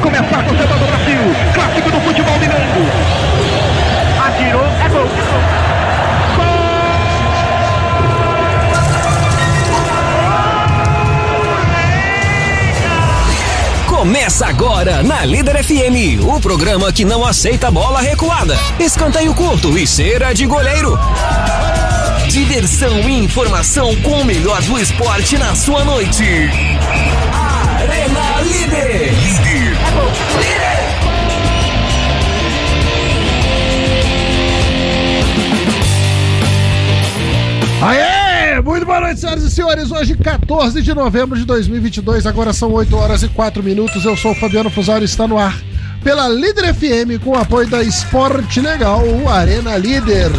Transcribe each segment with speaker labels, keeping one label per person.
Speaker 1: começar com o Samba do Brasil, clássico do futebol mineiro. Atirou, é gol.
Speaker 2: Começa agora na Líder FM, o programa que não aceita bola recuada, escanteio curto e cera de goleiro. Diversão e informação com o melhor do esporte na sua noite. Arena Líder. Líder.
Speaker 3: Aê! Muito boa noite, senhoras e senhores. Hoje, 14 de novembro de 2022, agora são 8 horas e 4 minutos. Eu sou o Fabiano Fusaro e está no ar pela Líder FM com o apoio da Esporte Legal, o Arena Líder.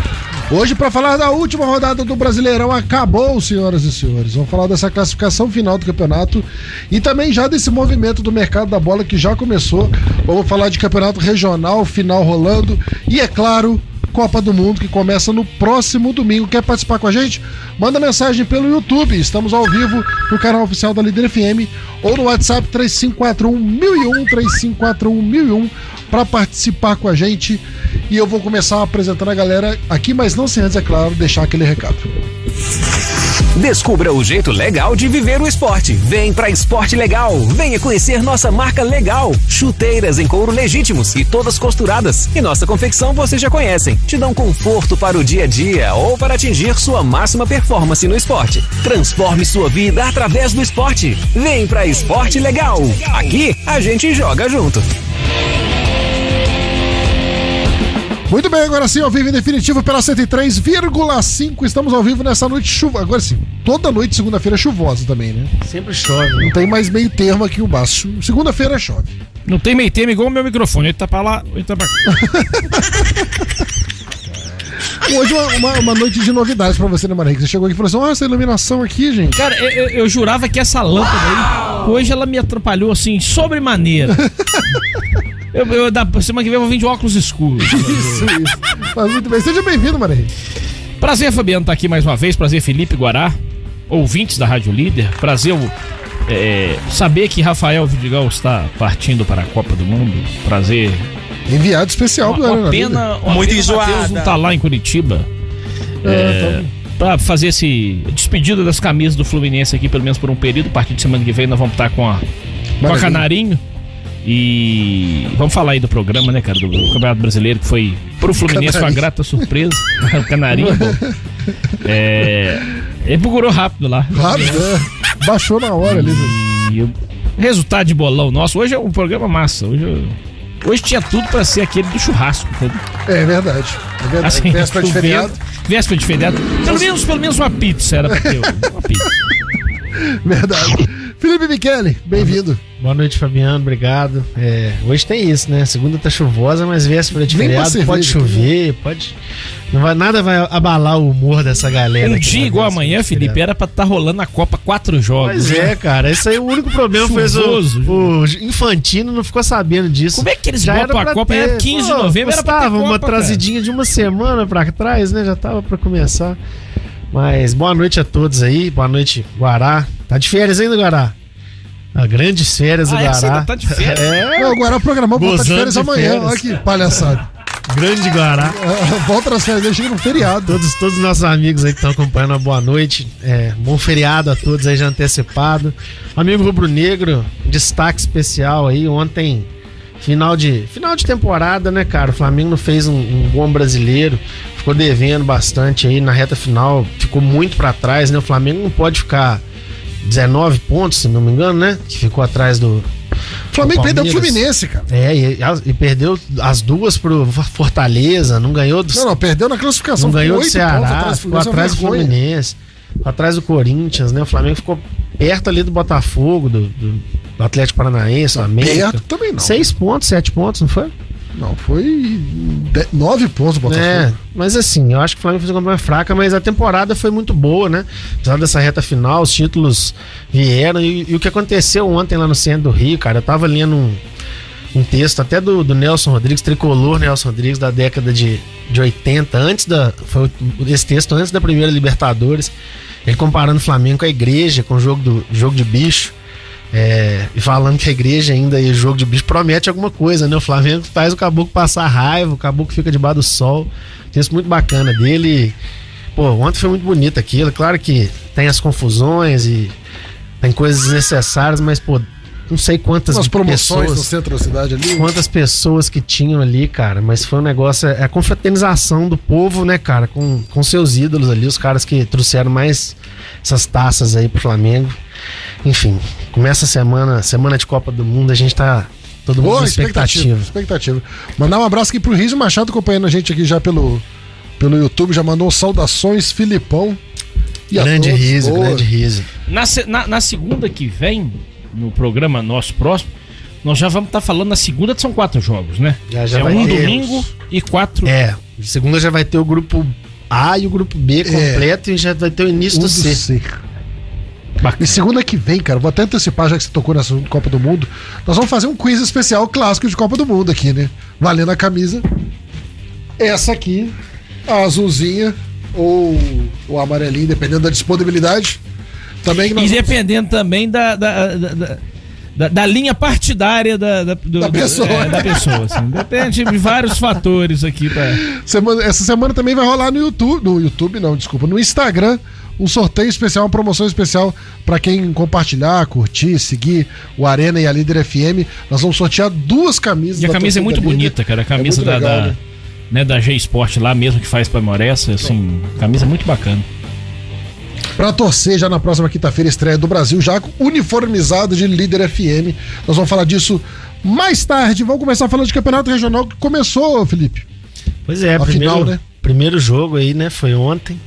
Speaker 3: Hoje, para falar da última rodada do Brasileirão, acabou, senhoras e senhores. Vamos falar dessa classificação final do campeonato e também já desse movimento do mercado da bola que já começou. Vamos falar de campeonato regional, final rolando e, é claro, Copa do Mundo que começa no próximo domingo. Quer participar com a gente? Manda mensagem pelo YouTube. Estamos ao vivo no canal oficial da Líder FM ou no WhatsApp 3541 3541 para participar com a gente. E eu vou começar apresentando a galera aqui, mas não sem antes, é claro, deixar aquele recado.
Speaker 2: Descubra o jeito legal de viver o esporte. Vem pra Esporte Legal. Venha conhecer nossa marca legal. Chuteiras em couro legítimos e todas costuradas. E nossa confecção vocês já conhecem. Te dão conforto para o dia a dia ou para atingir sua máxima performance no esporte. Transforme sua vida através do esporte. Vem pra Esporte Legal. Aqui a gente joga junto.
Speaker 3: Muito bem, agora sim, ao vivo em definitivo pela 103,5. Estamos ao vivo nessa noite chuva. Agora sim, toda noite, segunda-feira, é chuvosa também, né?
Speaker 4: Sempre chove.
Speaker 3: Não tem mais meio termo aqui embaixo. Segunda-feira chove.
Speaker 4: Não tem meio tema igual o meu microfone. Ele tá pra lá, ele tá pra cá.
Speaker 3: Hoje, uma, uma- uma noite de novidades pra você, né, Maria? Você chegou aqui e falou assim: ó, essa iluminação aqui, gente.
Speaker 4: Cara, eu, eu- eu jurava que essa lâmpada aí, hoje ela me atrapalhou assim, sobremaneira. Eu, eu, da semana que vem eu vou vir de óculos escuros.
Speaker 3: Isso, isso. Mas muito bem. Seja bem-vindo, Maria.
Speaker 4: Prazer, Fabiano, estar aqui mais uma vez. Prazer, Felipe Guará, ouvintes da Rádio Líder. Prazer é, saber que Rafael Vidigal está partindo para a Copa do Mundo. Prazer.
Speaker 3: Enviado especial
Speaker 4: Uma, uma
Speaker 3: Arena Líder.
Speaker 4: pena. Uma
Speaker 5: Muito
Speaker 4: pena o Matheus
Speaker 5: enjoada.
Speaker 4: não tá lá em Curitiba
Speaker 3: É, tá bom.
Speaker 4: para fazer esse despedida das camisas do Fluminense aqui, pelo menos por um período. A partir de semana que vem nós vamos estar com a, com a
Speaker 3: Maravilha.
Speaker 4: Canarinho. E vamos falar aí do programa, né, cara? Do, do Campeonato Brasileiro, que foi pro Fluminense uma
Speaker 3: Canarinho.
Speaker 4: grata surpresa. o Canarinho, é bom. É, ele bugurou rápido lá.
Speaker 3: Claro, é. Baixou na hora ali. né?
Speaker 4: E o resultado de bolão nosso. Hoje é um programa massa. Hoje, eu- hoje tinha tudo pra ser aquele do churrasco. né? entendeu?
Speaker 3: É verdade. É verdade.
Speaker 4: Assim,
Speaker 3: Véspera de
Speaker 4: chovendo,
Speaker 3: feriado.
Speaker 4: Véspera de feriado. Pelo menos, pelo menos uma pizza era pra ter. Uma pizza.
Speaker 3: Verdade. Felipe Michele, bem-vindo.
Speaker 6: Boa noite, Fabiano. Obrigado. É, hoje tem isso, né? Segunda tá chuvosa, mas véspera de
Speaker 3: Vem pra
Speaker 6: feriado
Speaker 3: cerveja
Speaker 6: pode
Speaker 3: aqui, né?
Speaker 6: chover, pode. Não vai, nada vai abalar o humor dessa galera.
Speaker 4: Um
Speaker 6: que
Speaker 4: dia
Speaker 6: vai
Speaker 4: igual
Speaker 6: véspera
Speaker 4: amanhã,
Speaker 6: de
Speaker 4: Felipe,
Speaker 6: feriado.
Speaker 4: era pra estar rolando a Copa quatro jogos.
Speaker 6: é.
Speaker 4: né?
Speaker 6: Pois é, cara. Isso aí, o único problema foi
Speaker 4: Chuvoso,
Speaker 6: o, o Infantino não ficou sabendo disso.
Speaker 4: Como é que eles
Speaker 6: Já
Speaker 4: botam
Speaker 6: era
Speaker 4: a
Speaker 6: pra
Speaker 4: Copa? Era
Speaker 6: ter-
Speaker 4: 15 de
Speaker 6: Pô,
Speaker 4: novembro, era pra ter
Speaker 6: custava uma
Speaker 4: Copa, cara.
Speaker 6: trazidinha de uma semana pra trás, né? Já tava pra começar. Mas boa noite a todos aí. Boa noite, Guará. Tá de férias ainda, Guará? Ah, grandes férias do
Speaker 4: Ah, é?
Speaker 6: Guará.
Speaker 4: Você ainda tá de férias?
Speaker 6: É,
Speaker 3: Não, agora o programão volta de
Speaker 6: Gozando
Speaker 3: férias
Speaker 6: de
Speaker 3: amanhã.
Speaker 6: férias.
Speaker 3: Olha que palhaçada. Ah,
Speaker 6: grande Guará.
Speaker 3: Volta às férias, chega no feriado.
Speaker 6: Todos, todos os nossos amigos aí que estão acompanhando, uma boa noite. É, bom feriado a todos aí já antecipado. Amigo Rubro Negro, destaque especial aí. Ontem, final de, final de temporada, né, cara? O Flamengo não fez um, um bom brasileiro, ficou devendo bastante aí na reta final, ficou muito pra trás, né? O Flamengo não pode ficar 19 pontos, se não me engano, né? Que ficou atrás do,
Speaker 3: O Flamengo
Speaker 6: O
Speaker 3: perdeu o
Speaker 6: Palmeiras.
Speaker 3: Fluminense, cara.
Speaker 6: É, e, e perdeu as duas pro Fortaleza, não ganhou do,
Speaker 3: Não, não, perdeu na classificação.
Speaker 6: não ganhou do
Speaker 3: Ficou oito pontos
Speaker 6: Ceará,
Speaker 3: do
Speaker 6: ficou
Speaker 3: Fluminense, é uma
Speaker 6: atrás do
Speaker 3: vergonha.
Speaker 6: Fluminense, ficou atrás do Corinthians, né? O Flamengo ficou perto ali do Botafogo, do, do Atlético Paranaense, do América.
Speaker 3: Perto também não. né?
Speaker 6: Seis pontos, sete pontos, não foi?
Speaker 3: Não, foi de- nove pontos o Botafogo.
Speaker 6: É, mas assim, eu acho que o Flamengo fez uma campanha fraca, mas a temporada foi muito boa, né? Apesar dessa reta final, os títulos vieram. E, e o que aconteceu ontem lá no centro do Rio, cara, eu tava lendo um, um texto até do, do Nelson Rodrigues, tricolor Nelson Rodrigues, da década de, de 80, antes da. Foi o- esse texto antes da primeira Libertadores. Ele comparando o Flamengo com a igreja, com o jogo, do, jogo de bicho. É, e falando que a igreja ainda e o jogo de bicho promete alguma coisa, né? O Flamengo faz o caboclo passar raiva, o caboclo fica debaixo do sol. Tem isso muito bacana dele. Pô, ontem foi muito bonito aquilo. Claro que tem as confusões e tem coisas desnecessárias, mas, pô, não sei quantas
Speaker 3: Umas promoções no
Speaker 6: pessoas
Speaker 3: centro da cidade ali.
Speaker 6: quantas pessoas que tinham ali, cara, mas foi um negócio, é a confraternização do povo, né, cara, com, com seus ídolos ali, os caras que trouxeram mais essas taças aí pro Flamengo. Enfim, começa a semana, semana de Copa do Mundo, a gente tá todo mundo
Speaker 3: Boa
Speaker 6: com
Speaker 3: expectativa,
Speaker 6: expectativa.
Speaker 3: expectativa. Mandar um abraço aqui pro Riso Machado acompanhando a gente aqui já pelo, pelo YouTube, já mandou um saudações, Filipão. E a
Speaker 6: Grande
Speaker 3: todos,
Speaker 6: riso,
Speaker 3: boa.
Speaker 6: grande riso.
Speaker 4: Na, se- na- na segunda que vem, no programa nosso próximo, nós já vamos estar falando na segunda, são quatro jogos, né?
Speaker 6: Já, já
Speaker 4: é
Speaker 6: vai
Speaker 4: um
Speaker 6: ter.
Speaker 4: domingo e quatro.
Speaker 6: É, segunda já vai ter o grupo A e o grupo B completo e já vai ter o
Speaker 3: É.
Speaker 6: início
Speaker 3: Um
Speaker 6: do
Speaker 3: do
Speaker 6: C.
Speaker 3: C.
Speaker 4: Bacana.
Speaker 3: E segunda que vem, cara, vou até antecipar, já que você tocou nessa Copa do Mundo. Nós vamos fazer um quiz especial clássico de Copa do Mundo aqui, né? Valendo a camisa. Essa aqui, a azulzinha ou o amarelinho, dependendo da disponibilidade. Também que
Speaker 4: E
Speaker 3: nós
Speaker 4: dependendo também da, da, da- da- da- da linha partidária da, do-
Speaker 3: Da
Speaker 4: do-
Speaker 3: pessoa.
Speaker 4: é, da pessoa, assim. Depende de vários fatores aqui. Pra...
Speaker 3: Semana- essa semana também vai rolar no YouTube, no YouTube não, desculpa, no Instagram, um sorteio especial, uma promoção especial pra quem compartilhar, curtir, seguir o Arena e a Líder FM. Nós vamos sortear duas camisas.
Speaker 4: E a
Speaker 3: da
Speaker 4: camisa é
Speaker 3: torcida
Speaker 4: muito
Speaker 3: Líder.
Speaker 4: bonita, cara. A camisa
Speaker 3: muito
Speaker 4: da,
Speaker 3: legal,
Speaker 4: da,
Speaker 3: né?
Speaker 4: né, da G Sport lá mesmo que faz pra Moressa, assim, camisa muito bacana.
Speaker 3: Pra torcer já na próxima quinta-feira estreia do Brasil já com uniformizado de Líder FM. Nós vamos falar disso mais tarde. Vamos começar falando de campeonato regional que começou, Felipe.
Speaker 6: Pois é,
Speaker 3: Afinal,
Speaker 6: primeiro,
Speaker 3: né?
Speaker 6: primeiro jogo aí, né? Foi ontem.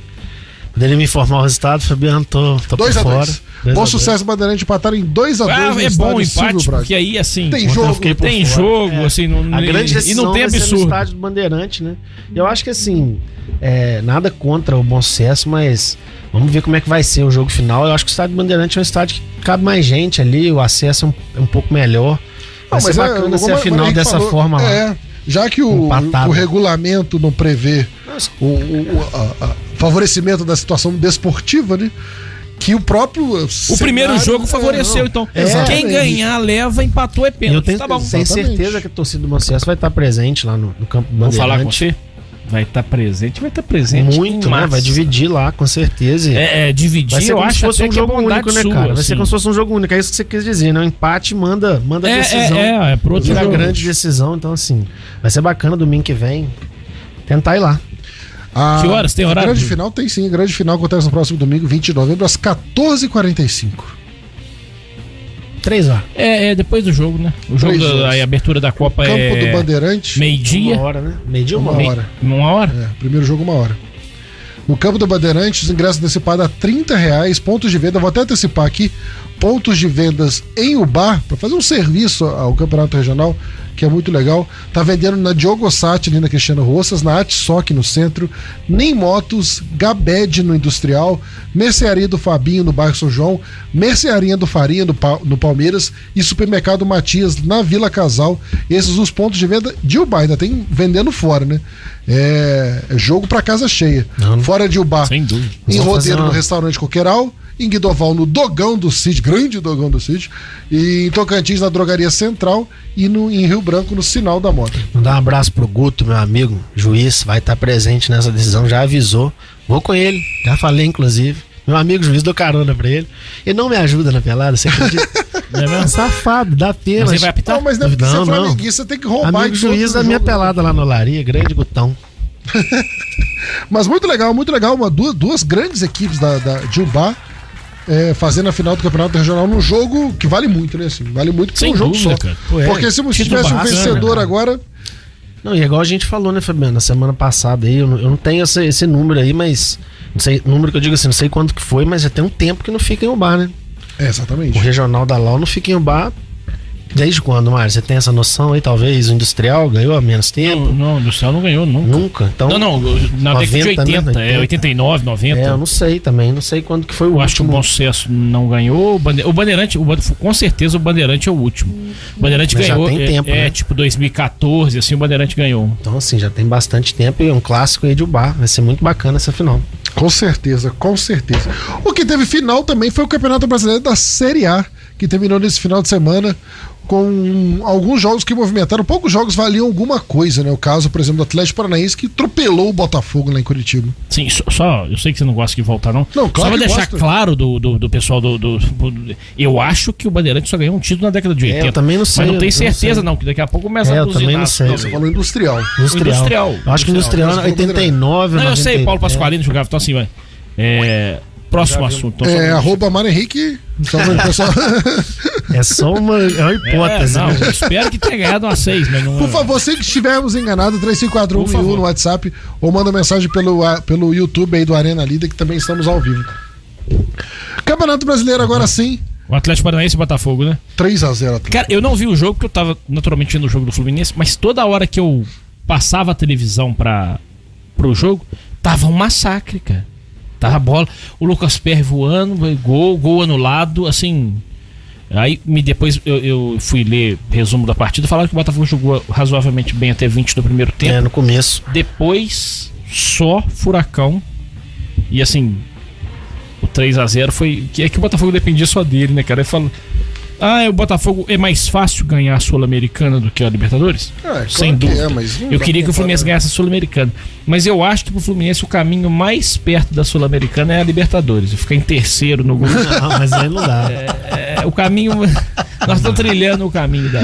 Speaker 6: Quando ele me informar o resultado, Fabiano, tô, tô por
Speaker 3: 2 a 2.
Speaker 6: fora. Dois a
Speaker 3: Bom
Speaker 6: dois.
Speaker 3: sucesso Bandeirante empataram em 2 a 2
Speaker 4: Ah,
Speaker 3: no
Speaker 4: é
Speaker 3: estádio
Speaker 4: bom o
Speaker 3: Silvio
Speaker 4: empate,
Speaker 3: Braga.
Speaker 4: porque aí,
Speaker 3: Tem
Speaker 4: assim, tem,
Speaker 6: Ontem eu
Speaker 3: jogo,
Speaker 6: fiquei por fora.
Speaker 4: jogo,
Speaker 6: É.
Speaker 4: assim, não,
Speaker 6: A grande
Speaker 4: e- e
Speaker 6: decisão
Speaker 4: não tem
Speaker 6: vai ser no
Speaker 4: absurdo.
Speaker 6: estádio do Bandeirante, né? Eu acho que assim, é, nada contra o bom sucesso, mas vamos ver como é que vai ser o jogo final. Eu acho que o estádio do Bandeirante é um estádio que cabe mais gente ali, o acesso é um, é um pouco melhor. Vai ser
Speaker 3: é,
Speaker 6: bacana ser
Speaker 3: como
Speaker 6: a
Speaker 3: o
Speaker 6: final
Speaker 3: Henrique
Speaker 6: dessa
Speaker 3: falou,
Speaker 6: forma lá.
Speaker 3: É, já que o,
Speaker 6: Empatado.
Speaker 3: o regulamento não prevê o, o- o- a- a- favorecimento da situação desportiva, né? Que o próprio. é,
Speaker 4: O primeiro jogo
Speaker 3: né?
Speaker 4: favoreceu, então.
Speaker 6: É, exatamente.
Speaker 4: Quem ganhar, leva, empatou, é
Speaker 6: Eu
Speaker 4: pênalti.
Speaker 6: tenho,
Speaker 4: tá bom.
Speaker 6: tenho
Speaker 3: Exatamente.
Speaker 6: certeza que a torcida do bom sucesso vai estar presente lá no, no campo do
Speaker 4: Vou
Speaker 6: Bandeirante.
Speaker 4: falar com você? Vai estar presente, vai estar presente.
Speaker 6: Né? Muito,
Speaker 4: em
Speaker 6: né?
Speaker 4: massa.
Speaker 6: Vai dividir lá, com certeza.
Speaker 4: tipo um É, é, dividir,
Speaker 6: Vai ser
Speaker 4: eu
Speaker 6: como se
Speaker 4: acho
Speaker 6: fosse
Speaker 4: até
Speaker 6: um
Speaker 4: que é
Speaker 6: jogo
Speaker 4: bondade
Speaker 6: único, né,
Speaker 4: sua,
Speaker 6: cara? Vai ser
Speaker 4: assim.
Speaker 6: como se fosse um jogo único. É isso que você quis dizer, né? O empate manda, manda a decisão.
Speaker 4: É, é, é, é pro outro
Speaker 6: Tira a
Speaker 4: jogo.
Speaker 6: grande decisão. Então, assim, vai ser bacana domingo que vem. Tentar ir lá.
Speaker 3: A,
Speaker 4: Que horas? Tem
Speaker 3: a
Speaker 4: horário?
Speaker 3: Ah, grande final tem sim. A grande final acontece no próximo domingo, 20 de novembro, às 14h45.
Speaker 6: Três horas.
Speaker 4: É, é depois do jogo, né? O jogo,
Speaker 3: Três
Speaker 4: da,
Speaker 3: jogos.
Speaker 4: a abertura da Copa
Speaker 3: Campo do
Speaker 4: é
Speaker 3: Bandeirante.
Speaker 6: Uma
Speaker 4: meio-dia,
Speaker 6: hora, né? Meio dia, uma
Speaker 3: Uma
Speaker 6: hora.
Speaker 3: hora.
Speaker 4: uma hora.
Speaker 3: É, primeiro jogo, uma hora. No campo do Bandeirante, os ingressos antecipados a 30 reais, pontos de venda, vou até antecipar aqui, pontos de vendas em Ubar, para fazer um serviço ao Campeonato Regional, que é muito legal. Tá vendendo na Diogo Sati, ali na Cristiano Rossas, na Atsoc, no centro, Nem Motos, Gabed, no Industrial, Mercearia do Fabinho, no bairro São João, Mercearia do Farinha, no, Pa- no Palmeiras, e Supermercado Matias, na Vila Casal. Esses os pontos de venda de Ubar, ainda tem vendendo fora, né? É é jogo para casa cheia.
Speaker 6: Não, não.
Speaker 3: Fora de Ubar.
Speaker 4: Sem dúvida.
Speaker 3: Em
Speaker 6: Vamos fazer
Speaker 3: Rodeiro,
Speaker 6: uma-
Speaker 3: no restaurante Coqueiral. Em Guidoval, no Dogão do Cid, grande Dogão do Cid. E em Tocantins, na Drogaria Central. E no, em Rio Branco, no Sinal da Moto.
Speaker 6: Mandar um abraço pro Guto, meu amigo, juiz, vai estar presente nessa decisão, já avisou. Vou com ele, já falei, inclusive. Meu amigo juiz dou carona pra ele. Ele não me ajuda na pelada, você acredita?
Speaker 4: Não é
Speaker 6: É um
Speaker 4: mesmo?
Speaker 6: safado, dá pena.
Speaker 4: Mas ele vai apitar?
Speaker 3: Não, mas não é porque
Speaker 6: Não,
Speaker 3: você é
Speaker 6: Tá. não.
Speaker 3: flamenguista, tem que roubar
Speaker 6: Amigo
Speaker 3: de outro
Speaker 6: juiz da
Speaker 3: jogo.
Speaker 6: minha
Speaker 4: né?
Speaker 6: pelada lá no Olaria, grande Gutão.
Speaker 3: Mas muito legal, muito legal. Uma, duas, duas grandes equipes da, da, de Ubar é, fazendo a final do Campeonato Regional num jogo que vale muito, né? Assim, vale muito porque é
Speaker 4: Sem
Speaker 3: um jogo
Speaker 4: dúvida,
Speaker 3: só.
Speaker 4: cara.
Speaker 6: Pô, é,
Speaker 3: Porque se não
Speaker 4: título
Speaker 3: tivesse um
Speaker 4: bacana,
Speaker 3: vencedor
Speaker 4: cara.
Speaker 3: agora.
Speaker 6: Não, e igual a gente falou, né, Fabiano, na semana passada aí, eu não, eu não tenho esse, esse número aí, mas. Não sei, número que eu digo assim, não sei quanto que foi, mas já tem um tempo que não fica em Ubar, né?
Speaker 3: É,
Speaker 6: O
Speaker 3: exatamente.
Speaker 6: regional da Lau não fica em Ubar. Desde quando, Mário? Você tem essa noção aí, talvez? O industrial ganhou há menos tempo?
Speaker 4: Não, não, do céu não ganhou nunca.
Speaker 6: Nunca? Então,
Speaker 4: Não, não, na década de
Speaker 6: 90, né?
Speaker 4: 80, é 89, 90.
Speaker 6: É, eu
Speaker 4: eu,
Speaker 6: não sei também, não sei quando que foi o
Speaker 4: acho que o
Speaker 6: último.
Speaker 4: Bom Sucesso não ganhou. O, Bande- o Bandeirante, o Bande- com certeza o Bandeirante é o último. O Bandeirante
Speaker 6: Mas já
Speaker 4: ganhou.
Speaker 6: tem
Speaker 4: é,
Speaker 6: tempo,
Speaker 4: é,
Speaker 6: né?
Speaker 4: tipo 2014, assim, o Bandeirante ganhou.
Speaker 6: Então, assim, já tem bastante tempo e é um clássico aí de Ubar. Vai ser muito bacana essa final.
Speaker 3: Com certeza, com certeza. O que teve final também foi o Campeonato Brasileiro da Série A, que terminou nesse final de semana com alguns jogos que movimentaram. Poucos jogos valiam alguma coisa, né? O caso, por exemplo, do Atlético Paranaense que atropelou o Botafogo lá em Curitiba.
Speaker 4: Sim, só, só- eu sei que você não gosta de voltar, não.
Speaker 3: Não, claro
Speaker 4: só pra
Speaker 3: que
Speaker 4: deixar
Speaker 3: gosto.
Speaker 4: claro do, do, do pessoal do, do- do- Eu acho que o Bandeirante só ganhou um título na década de 80.
Speaker 6: É, eu também não sei,
Speaker 4: Mas
Speaker 6: eu
Speaker 4: não tenho
Speaker 6: não
Speaker 4: certeza,
Speaker 6: sei.
Speaker 4: não, que daqui a pouco começa
Speaker 6: É,
Speaker 4: a
Speaker 6: eu também não
Speaker 4: buzinar,
Speaker 6: sei.
Speaker 3: Você
Speaker 4: talvez.
Speaker 3: falou industrial.
Speaker 6: Industrial.
Speaker 4: Industrial.
Speaker 6: Eu acho
Speaker 4: Industrial. é
Speaker 6: que
Speaker 4: um
Speaker 6: industrial, é era 89,
Speaker 4: Não, eu
Speaker 6: 90,
Speaker 4: sei, Paulo Pasqualino jogava, então assim, vai. É, próximo assunto. então,
Speaker 3: É,
Speaker 4: só-
Speaker 3: arroba Mário Henrique. Só pra pessoal.
Speaker 6: É só uma, é uma
Speaker 4: É,
Speaker 6: hipótese.
Speaker 4: não,
Speaker 6: né?
Speaker 4: eu espero que tenha ganhado uma 6, mas não. é.
Speaker 3: Por favor, se que estivermos enganados,
Speaker 4: Por
Speaker 3: 3541
Speaker 4: favor.
Speaker 3: no WhatsApp ou manda mensagem pelo, ah, pelo YouTube aí do Arena Lida, que também estamos ao vivo. Campeonato Brasileiro agora sim,
Speaker 4: O Atlético Paranaense e Botafogo, né?
Speaker 3: 3 a 0
Speaker 4: Cara, eu não vi o jogo porque eu tava naturalmente vendo o jogo do Fluminense, mas toda hora que eu passava a televisão pra, pro jogo, tava um massacre, cara. Tava a bola, o Lucas Perry voando, gol, gol anulado, assim. Aí me, depois eu, eu fui ler resumo da partida, falaram que o Botafogo jogou razoavelmente bem até 20 do primeiro tempo.
Speaker 6: É, no começo.
Speaker 4: Depois, só furacão. E assim, o 3 a 0 foi. que É que o Botafogo dependia só dele, né, cara? Ele fala. Ah, é, o Botafogo é mais fácil ganhar a Sul-Americana do que a Libertadores?
Speaker 3: claro
Speaker 4: Ah, Sem
Speaker 3: que é,
Speaker 4: dúvida.
Speaker 3: mas não
Speaker 4: eu
Speaker 3: dá
Speaker 4: queria
Speaker 3: pra
Speaker 4: que o Fluminense
Speaker 3: comparar.
Speaker 4: ganhasse a Sul-Americana. Mas eu acho que pro Fluminense o caminho mais perto da Sul-Americana é a Libertadores. Ficar em terceiro no grupo.
Speaker 6: Não, Ah, mas aí não dá.
Speaker 4: é, o caminho. Nós estamos trilhando o caminho da.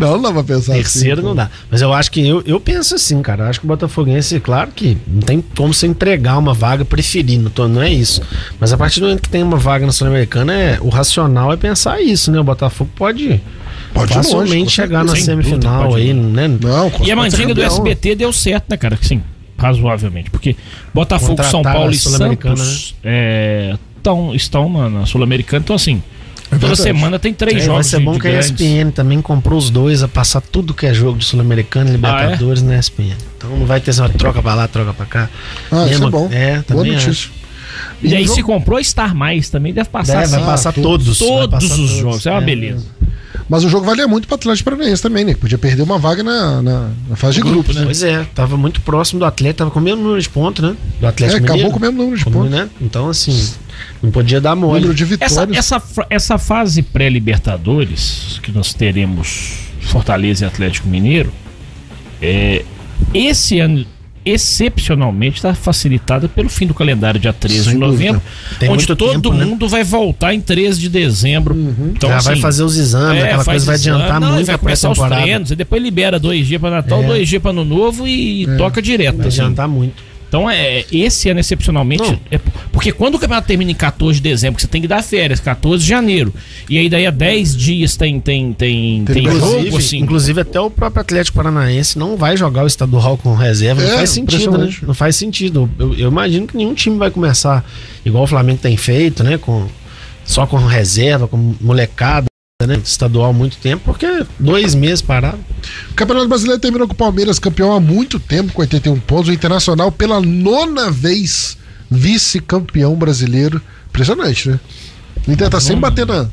Speaker 3: Não, não dá pra pensar
Speaker 6: Terceiro
Speaker 3: assim.
Speaker 6: não dá. Mas eu acho que eu, eu penso assim, cara. Eu acho que o Botafoguense, claro que não tem como você entregar uma vaga preferir, não, tô- não é isso. Mas a partir do momento que tem uma vaga na Sul-Americana, é, o racional é pensar isso, né? O Botafogo pode,
Speaker 3: assim. Pode ir longe,
Speaker 6: facilmente
Speaker 3: com
Speaker 6: chegar na
Speaker 4: certeza. Sem
Speaker 6: semifinal
Speaker 4: dúvida, pode
Speaker 6: aí,
Speaker 4: ir
Speaker 6: né?
Speaker 3: Não,
Speaker 4: E a mandinga do
Speaker 6: é um-
Speaker 3: campeão.
Speaker 4: SBT deu certo, né, cara? Sim, razoavelmente. Porque Botafogo, São
Speaker 6: Contrataram
Speaker 4: Paulo
Speaker 6: a
Speaker 4: e
Speaker 6: Sul-Americana, né?
Speaker 4: Santos é, tão- estão na, na Sul-Americana. Então, assim, toda
Speaker 3: verdade.
Speaker 4: semana tem três
Speaker 6: É, vai
Speaker 4: jogos.
Speaker 6: ser
Speaker 4: de-
Speaker 6: bom
Speaker 4: de
Speaker 6: que a
Speaker 4: grandes.
Speaker 6: ESPN também comprou os dois a passar tudo que é jogo de
Speaker 4: Ah,
Speaker 6: Sul-Americana, Libertadores na ESPN. Então não vai ter essa troca pra lá, troca pra cá.
Speaker 3: Ah, isso
Speaker 6: Mesma-
Speaker 3: é bom.
Speaker 6: É,
Speaker 3: Boa
Speaker 6: também acho.
Speaker 3: notícia.
Speaker 4: E aí,
Speaker 3: no-
Speaker 4: se comprou a Star Mais também, deve passar
Speaker 6: É, vai
Speaker 4: assim,
Speaker 6: passar
Speaker 3: todos.
Speaker 6: todos. vai
Speaker 4: todos
Speaker 6: passar
Speaker 4: os jogos. É uma
Speaker 6: né?
Speaker 4: beleza.
Speaker 3: Mas o jogo valia muito pro Atlético Paranaense também, né? Podia perder uma vaga na, na, na fase de grupos, né?
Speaker 6: Pois é, tava muito próximo do Atlético, tava com o mesmo número de pontos, né? Do
Speaker 3: É,
Speaker 6: Atlético
Speaker 3: acabou
Speaker 6: Mineiro.
Speaker 3: com o mesmo número de
Speaker 6: Como,
Speaker 3: pontos.
Speaker 6: né? Então, assim, não podia dar mole.
Speaker 3: Número de
Speaker 4: Essa,
Speaker 3: vitórias.
Speaker 4: essa, fra- essa fase pré-Libertadores, que nós teremos Fortaleza e Atlético Mineiro, é, esse ano, excepcionalmente, está facilitada pelo fim do calendário, dia 13
Speaker 3: Sem
Speaker 4: de novembro,
Speaker 6: Tem
Speaker 4: onde
Speaker 6: muito
Speaker 4: todo
Speaker 6: tempo, né? Uhum.
Speaker 4: mundo vai voltar em 13 de dezembro. Então,
Speaker 6: Já vai
Speaker 4: assim,
Speaker 6: fazer os exames,
Speaker 4: é,
Speaker 6: aquela
Speaker 4: faz
Speaker 6: coisa vai
Speaker 4: exame,
Speaker 6: adiantar
Speaker 4: não, e
Speaker 6: muito
Speaker 4: vai
Speaker 6: a
Speaker 4: começar os
Speaker 6: pré-temporada. Vai
Speaker 4: treinos, e depois libera dois dias para Natal,
Speaker 6: É.
Speaker 4: dois dias para Ano Novo e toca direto. assim.
Speaker 6: adiantar muito.
Speaker 4: Então, é, esse ano, excepcionalmente.
Speaker 6: Não.
Speaker 4: é- porque quando o campeonato termina em 14 de dezembro, que você tem que dar férias, 14 de janeiro. E aí, daí, a 10 dias tem, tem, tem, tem,
Speaker 6: Inclusive,
Speaker 4: jogo, assim.
Speaker 6: inclusive, até o próprio Atlético Paranaense não vai jogar o estadual com reserva.
Speaker 3: É,
Speaker 6: não faz sentido, né?
Speaker 3: impressionante.
Speaker 6: Não faz sentido. Eu, eu imagino que nenhum time vai começar igual o Flamengo tem feito, né? Com, só com reserva, com molecada, né? Estadual há muito tempo, porque dois meses parado.
Speaker 3: O Campeonato Brasileiro terminou com o Palmeiras campeão há muito tempo, com 81 pontos. O Internacional, pela nona vez, vice-campeão brasileiro. Impressionante, né? O Inter tá sempre batendo na,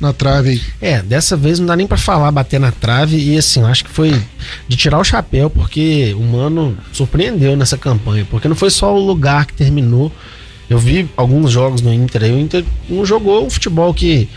Speaker 3: na trave aí.
Speaker 6: É, dessa vez não dá nem pra falar bater na trave e assim, eu acho que foi de tirar o chapéu porque o Mano surpreendeu nessa campanha, porque não foi só o lugar que terminou. Eu vi alguns jogos no Inter, aí o Inter não jogou um futebol que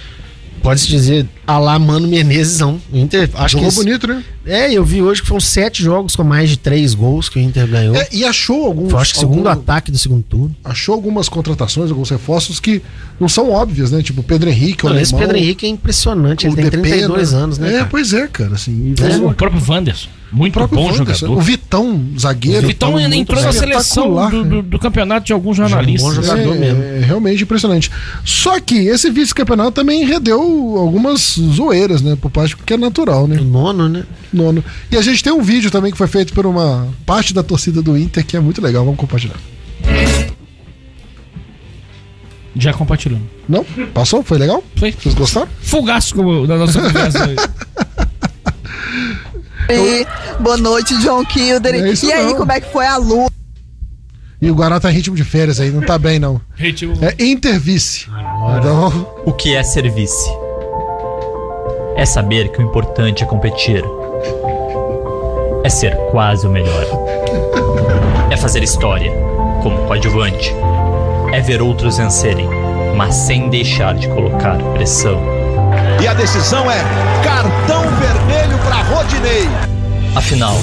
Speaker 6: pode se dizer a lá Mano Menezes não. O Inter acho
Speaker 3: Jogou
Speaker 6: que
Speaker 3: bonito, né?
Speaker 6: É, eu vi hoje que foram sete jogos com mais de três gols que o Inter ganhou.
Speaker 3: É, e achou alguns.
Speaker 6: Foi, acho que o segundo
Speaker 3: algum-
Speaker 6: ataque do segundo turno.
Speaker 3: achou algumas contratações, alguns reforços que não são óbvias, né? Tipo o Pedro Henrique, o
Speaker 6: Não, esse
Speaker 3: alemão,
Speaker 6: Pedro Henrique é impressionante, ele
Speaker 3: o
Speaker 6: tem
Speaker 3: DP,
Speaker 6: 32 anos, né?
Speaker 3: É,
Speaker 6: cara?
Speaker 3: pois é, cara. Assim, então,
Speaker 4: O próprio Wanderson, muito bom
Speaker 3: Wanderson,
Speaker 4: jogador.
Speaker 3: O Vitão, zagueiro. tá
Speaker 4: O Vitão ainda
Speaker 3: muito
Speaker 4: entrou na
Speaker 3: espetacular,
Speaker 4: seleção do,
Speaker 3: né?
Speaker 4: do- do campeonato de alguns
Speaker 6: Bom
Speaker 4: jornalistas.
Speaker 6: jogador.
Speaker 3: É,
Speaker 6: mesmo.
Speaker 3: é realmente impressionante. Só que esse vice-campeonato também rendeu algumas zoeiras, né? Por parte que é natural, né?
Speaker 6: O nono, né?
Speaker 3: Nono. E a gente tem um vídeo também que foi feito por uma parte da torcida do Inter que é muito legal. Vamos compartilhar.
Speaker 4: Já compartilhando.
Speaker 3: Não? Passou? Foi legal?
Speaker 4: Foi
Speaker 3: Vocês gostaram?
Speaker 4: fugaço como na nossa conversa.
Speaker 5: Oi, boa noite, John Kilder.
Speaker 3: É isso
Speaker 5: e aí,
Speaker 3: não.
Speaker 5: como é que foi a luta?
Speaker 3: E o Guará tá em ritmo de férias aí, não tá bem, não.
Speaker 4: Ritmo.
Speaker 3: É Intervice. Então,
Speaker 7: O que é serviço? É saber que o importante é competir. É ser quase o melhor. É fazer história, como coadjuvante. É ver outros vencerem, mas sem deixar de colocar pressão.
Speaker 8: E a decisão é cartão vermelho para Rodinei.
Speaker 7: Afinal,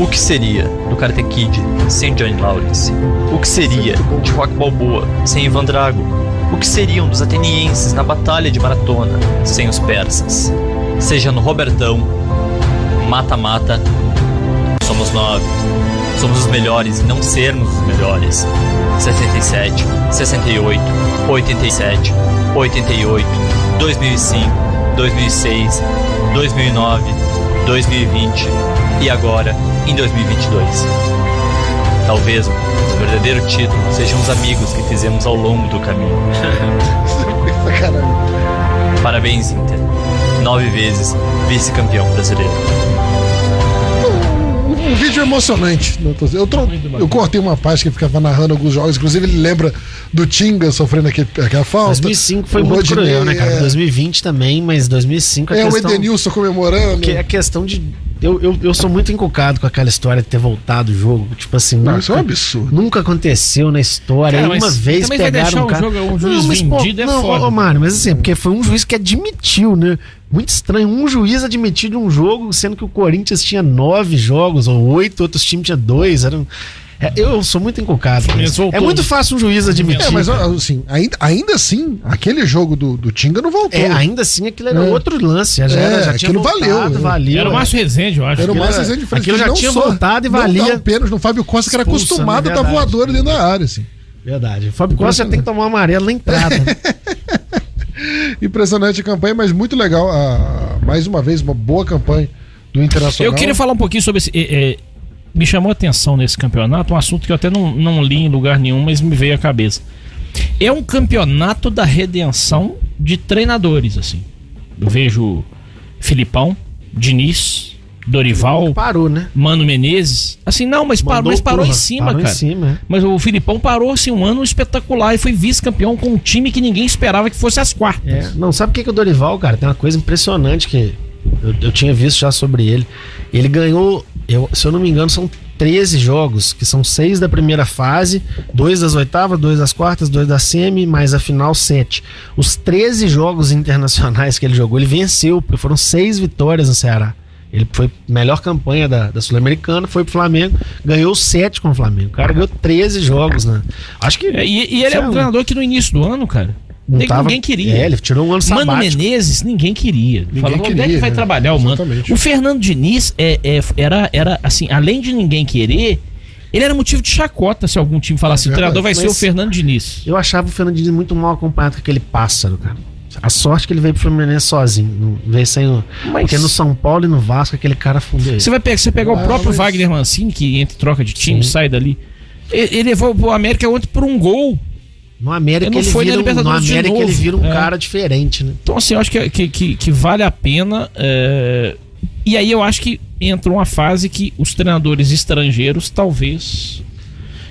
Speaker 7: o que seria do Karate Kid sem Johnny Lawrence? O que seria de Rock Balboa sem Ivan Drago? O que seriam dos atenienses na Batalha de Maratona sem os persas? Seja no Robertão, mata-mata, somos nove. Somos os melhores e não sermos os melhores. 67, 68, 87, 88, 2005, 2006, 2009, 2020 e agora em 2022. Talvez o verdadeiro título sejam os amigos que fizemos ao longo do caminho.
Speaker 3: Caralho.
Speaker 7: Parabéns, Inter. Nove vezes vice-campeão brasileiro.
Speaker 3: Um vídeo emocionante. né? Eu, tro- eu cortei uma parte que ficava narrando alguns jogos. Inclusive, ele lembra do Tinga sofrendo aquele, aquela falta.
Speaker 6: 2005 foi
Speaker 3: tá- O
Speaker 6: muito
Speaker 3: Rodinei,
Speaker 6: cruel, né, cara?
Speaker 3: é-
Speaker 6: 2020 também, mas 2005 a
Speaker 3: É, o
Speaker 6: questão... é
Speaker 3: Edenilson comemorando.
Speaker 6: Porque a questão de... Eu, eu, eu sou muito encucado com aquela história de ter voltado o jogo. Tipo assim,
Speaker 3: Não,
Speaker 6: nunca-
Speaker 3: isso é um absurdo.
Speaker 6: Nunca aconteceu na história.
Speaker 4: Cara,
Speaker 6: Aí uma
Speaker 4: mas
Speaker 6: vez
Speaker 4: também vai deixar
Speaker 6: pegaram um
Speaker 4: o
Speaker 6: cara.
Speaker 4: jogo- um juiz
Speaker 6: pô,
Speaker 4: vendido é
Speaker 6: não,
Speaker 4: foda.
Speaker 6: Ô, ô, Mário, mas assim, porque foi um juiz que admitiu, né? Muito estranho. Um juiz admitiu de um jogo, sendo que o Corinthians tinha nove jogos, ou oito, outros times tinha dois. Era um- é, Eu sou muito encucado. com
Speaker 4: Fluminense
Speaker 6: isso. É
Speaker 4: voltou.
Speaker 6: muito fácil um juiz admitir.
Speaker 3: É, mas
Speaker 6: cara.
Speaker 3: assim, ainda, ainda assim, aquele jogo do, do Tinga não voltou.
Speaker 6: É, ainda assim, aquilo era
Speaker 3: É.
Speaker 6: outro lance. Já,
Speaker 3: É,
Speaker 6: era, já tinha
Speaker 3: aquilo valeu,
Speaker 6: voltado,
Speaker 3: né?
Speaker 6: valeu. é.
Speaker 4: Era o Márcio Rezende, eu acho.
Speaker 3: Era o
Speaker 4: que
Speaker 3: mais
Speaker 4: era-
Speaker 3: recente de frente.
Speaker 6: aquilo já
Speaker 3: Ele não
Speaker 6: tinha
Speaker 3: só-
Speaker 6: voltado e
Speaker 3: não
Speaker 6: valia.
Speaker 3: dá um pênalti no Fábio Costa, que era
Speaker 6: Expulsa,
Speaker 3: acostumado
Speaker 6: né?
Speaker 3: a dar
Speaker 6: Verdade.
Speaker 3: voadora dentro da área, assim.
Speaker 6: Verdade. O Fábio Costa já tem que tomar um amarelo na entrada. né?
Speaker 3: Impressionante a campanha, mas muito legal. a- mais uma vez, uma boa campanha do Internacional.
Speaker 4: Eu queria falar um pouquinho sobre esse. é, é, me chamou a atenção nesse campeonato um assunto que eu até não, não li em lugar nenhum, mas me veio à cabeça. É um campeonato da redenção de treinadores, assim. Eu vejo Filipão, Diniz, Dorival,
Speaker 6: Parou, né?
Speaker 4: Mano Menezes. Assim, não, mas parou,
Speaker 6: Mandou
Speaker 4: mas parou
Speaker 6: porra.
Speaker 4: em cima,
Speaker 6: Parou
Speaker 4: cara.
Speaker 6: em cima, é.
Speaker 4: Mas o Filipão parou assim um ano espetacular e foi vice-campeão com um time que ninguém esperava que fosse às quartas.
Speaker 6: É, não, sabe o que, que o Dorival, cara, tem uma coisa impressionante que eu, eu tinha visto já sobre ele. Ele ganhou, eu- se eu não me engano, são 13 jogos, que são seis da primeira fase, dois das oitavas, dois das quartas, dois da semi, mais a final, sete. Os 13 jogos internacionais que ele jogou, ele venceu, porque foram seis vitórias no Ceará. Ele foi melhor campanha da, da Sul-Americana, foi pro Flamengo, ganhou sete com o Flamengo. O cara ganhou 13 jogos, né? Acho que.
Speaker 4: É, E, e ele é um
Speaker 6: Sei lá.
Speaker 4: treinador que no início do ano, cara,
Speaker 6: não
Speaker 4: nem-
Speaker 6: tava-
Speaker 4: ninguém queria.
Speaker 6: É, ele tirou um ano
Speaker 4: Mano
Speaker 6: sabático.
Speaker 4: Menezes, ninguém queria. Falava, onde é que
Speaker 3: queria,
Speaker 4: vai
Speaker 3: né?
Speaker 4: trabalhar o Mano?
Speaker 3: Exatamente.
Speaker 4: O Fernando Diniz é, é- era, era, assim, além de ninguém querer, ele era motivo de chacota se algum time falasse, o
Speaker 3: É verdade,
Speaker 4: treinador vai ser o
Speaker 6: mas-
Speaker 4: Fernando Diniz.
Speaker 6: Eu achava o Fernando Diniz muito mal acompanhado com aquele pássaro, cara. A sorte que ele veio pro Fluminense sozinho. Não veio sem o.
Speaker 4: Mas-
Speaker 6: Porque no São Paulo e no Vasco aquele cara fundeu ele.
Speaker 4: Você vai pegar, você pegar
Speaker 3: Ah,
Speaker 4: o próprio Wagner Mancini, que entra e troca de time, sai dali. Ele ele levou o América ontem por um gol.
Speaker 6: No América
Speaker 4: Ele não
Speaker 6: ele
Speaker 4: foi na
Speaker 6: vira um, no
Speaker 4: Libertadores de
Speaker 6: América
Speaker 4: novo.
Speaker 6: ele vira um
Speaker 4: É.
Speaker 6: cara diferente, né?
Speaker 4: Então, assim, eu acho que, que, que- que vale a pena. é, E aí eu acho que entra uma fase que os treinadores estrangeiros talvez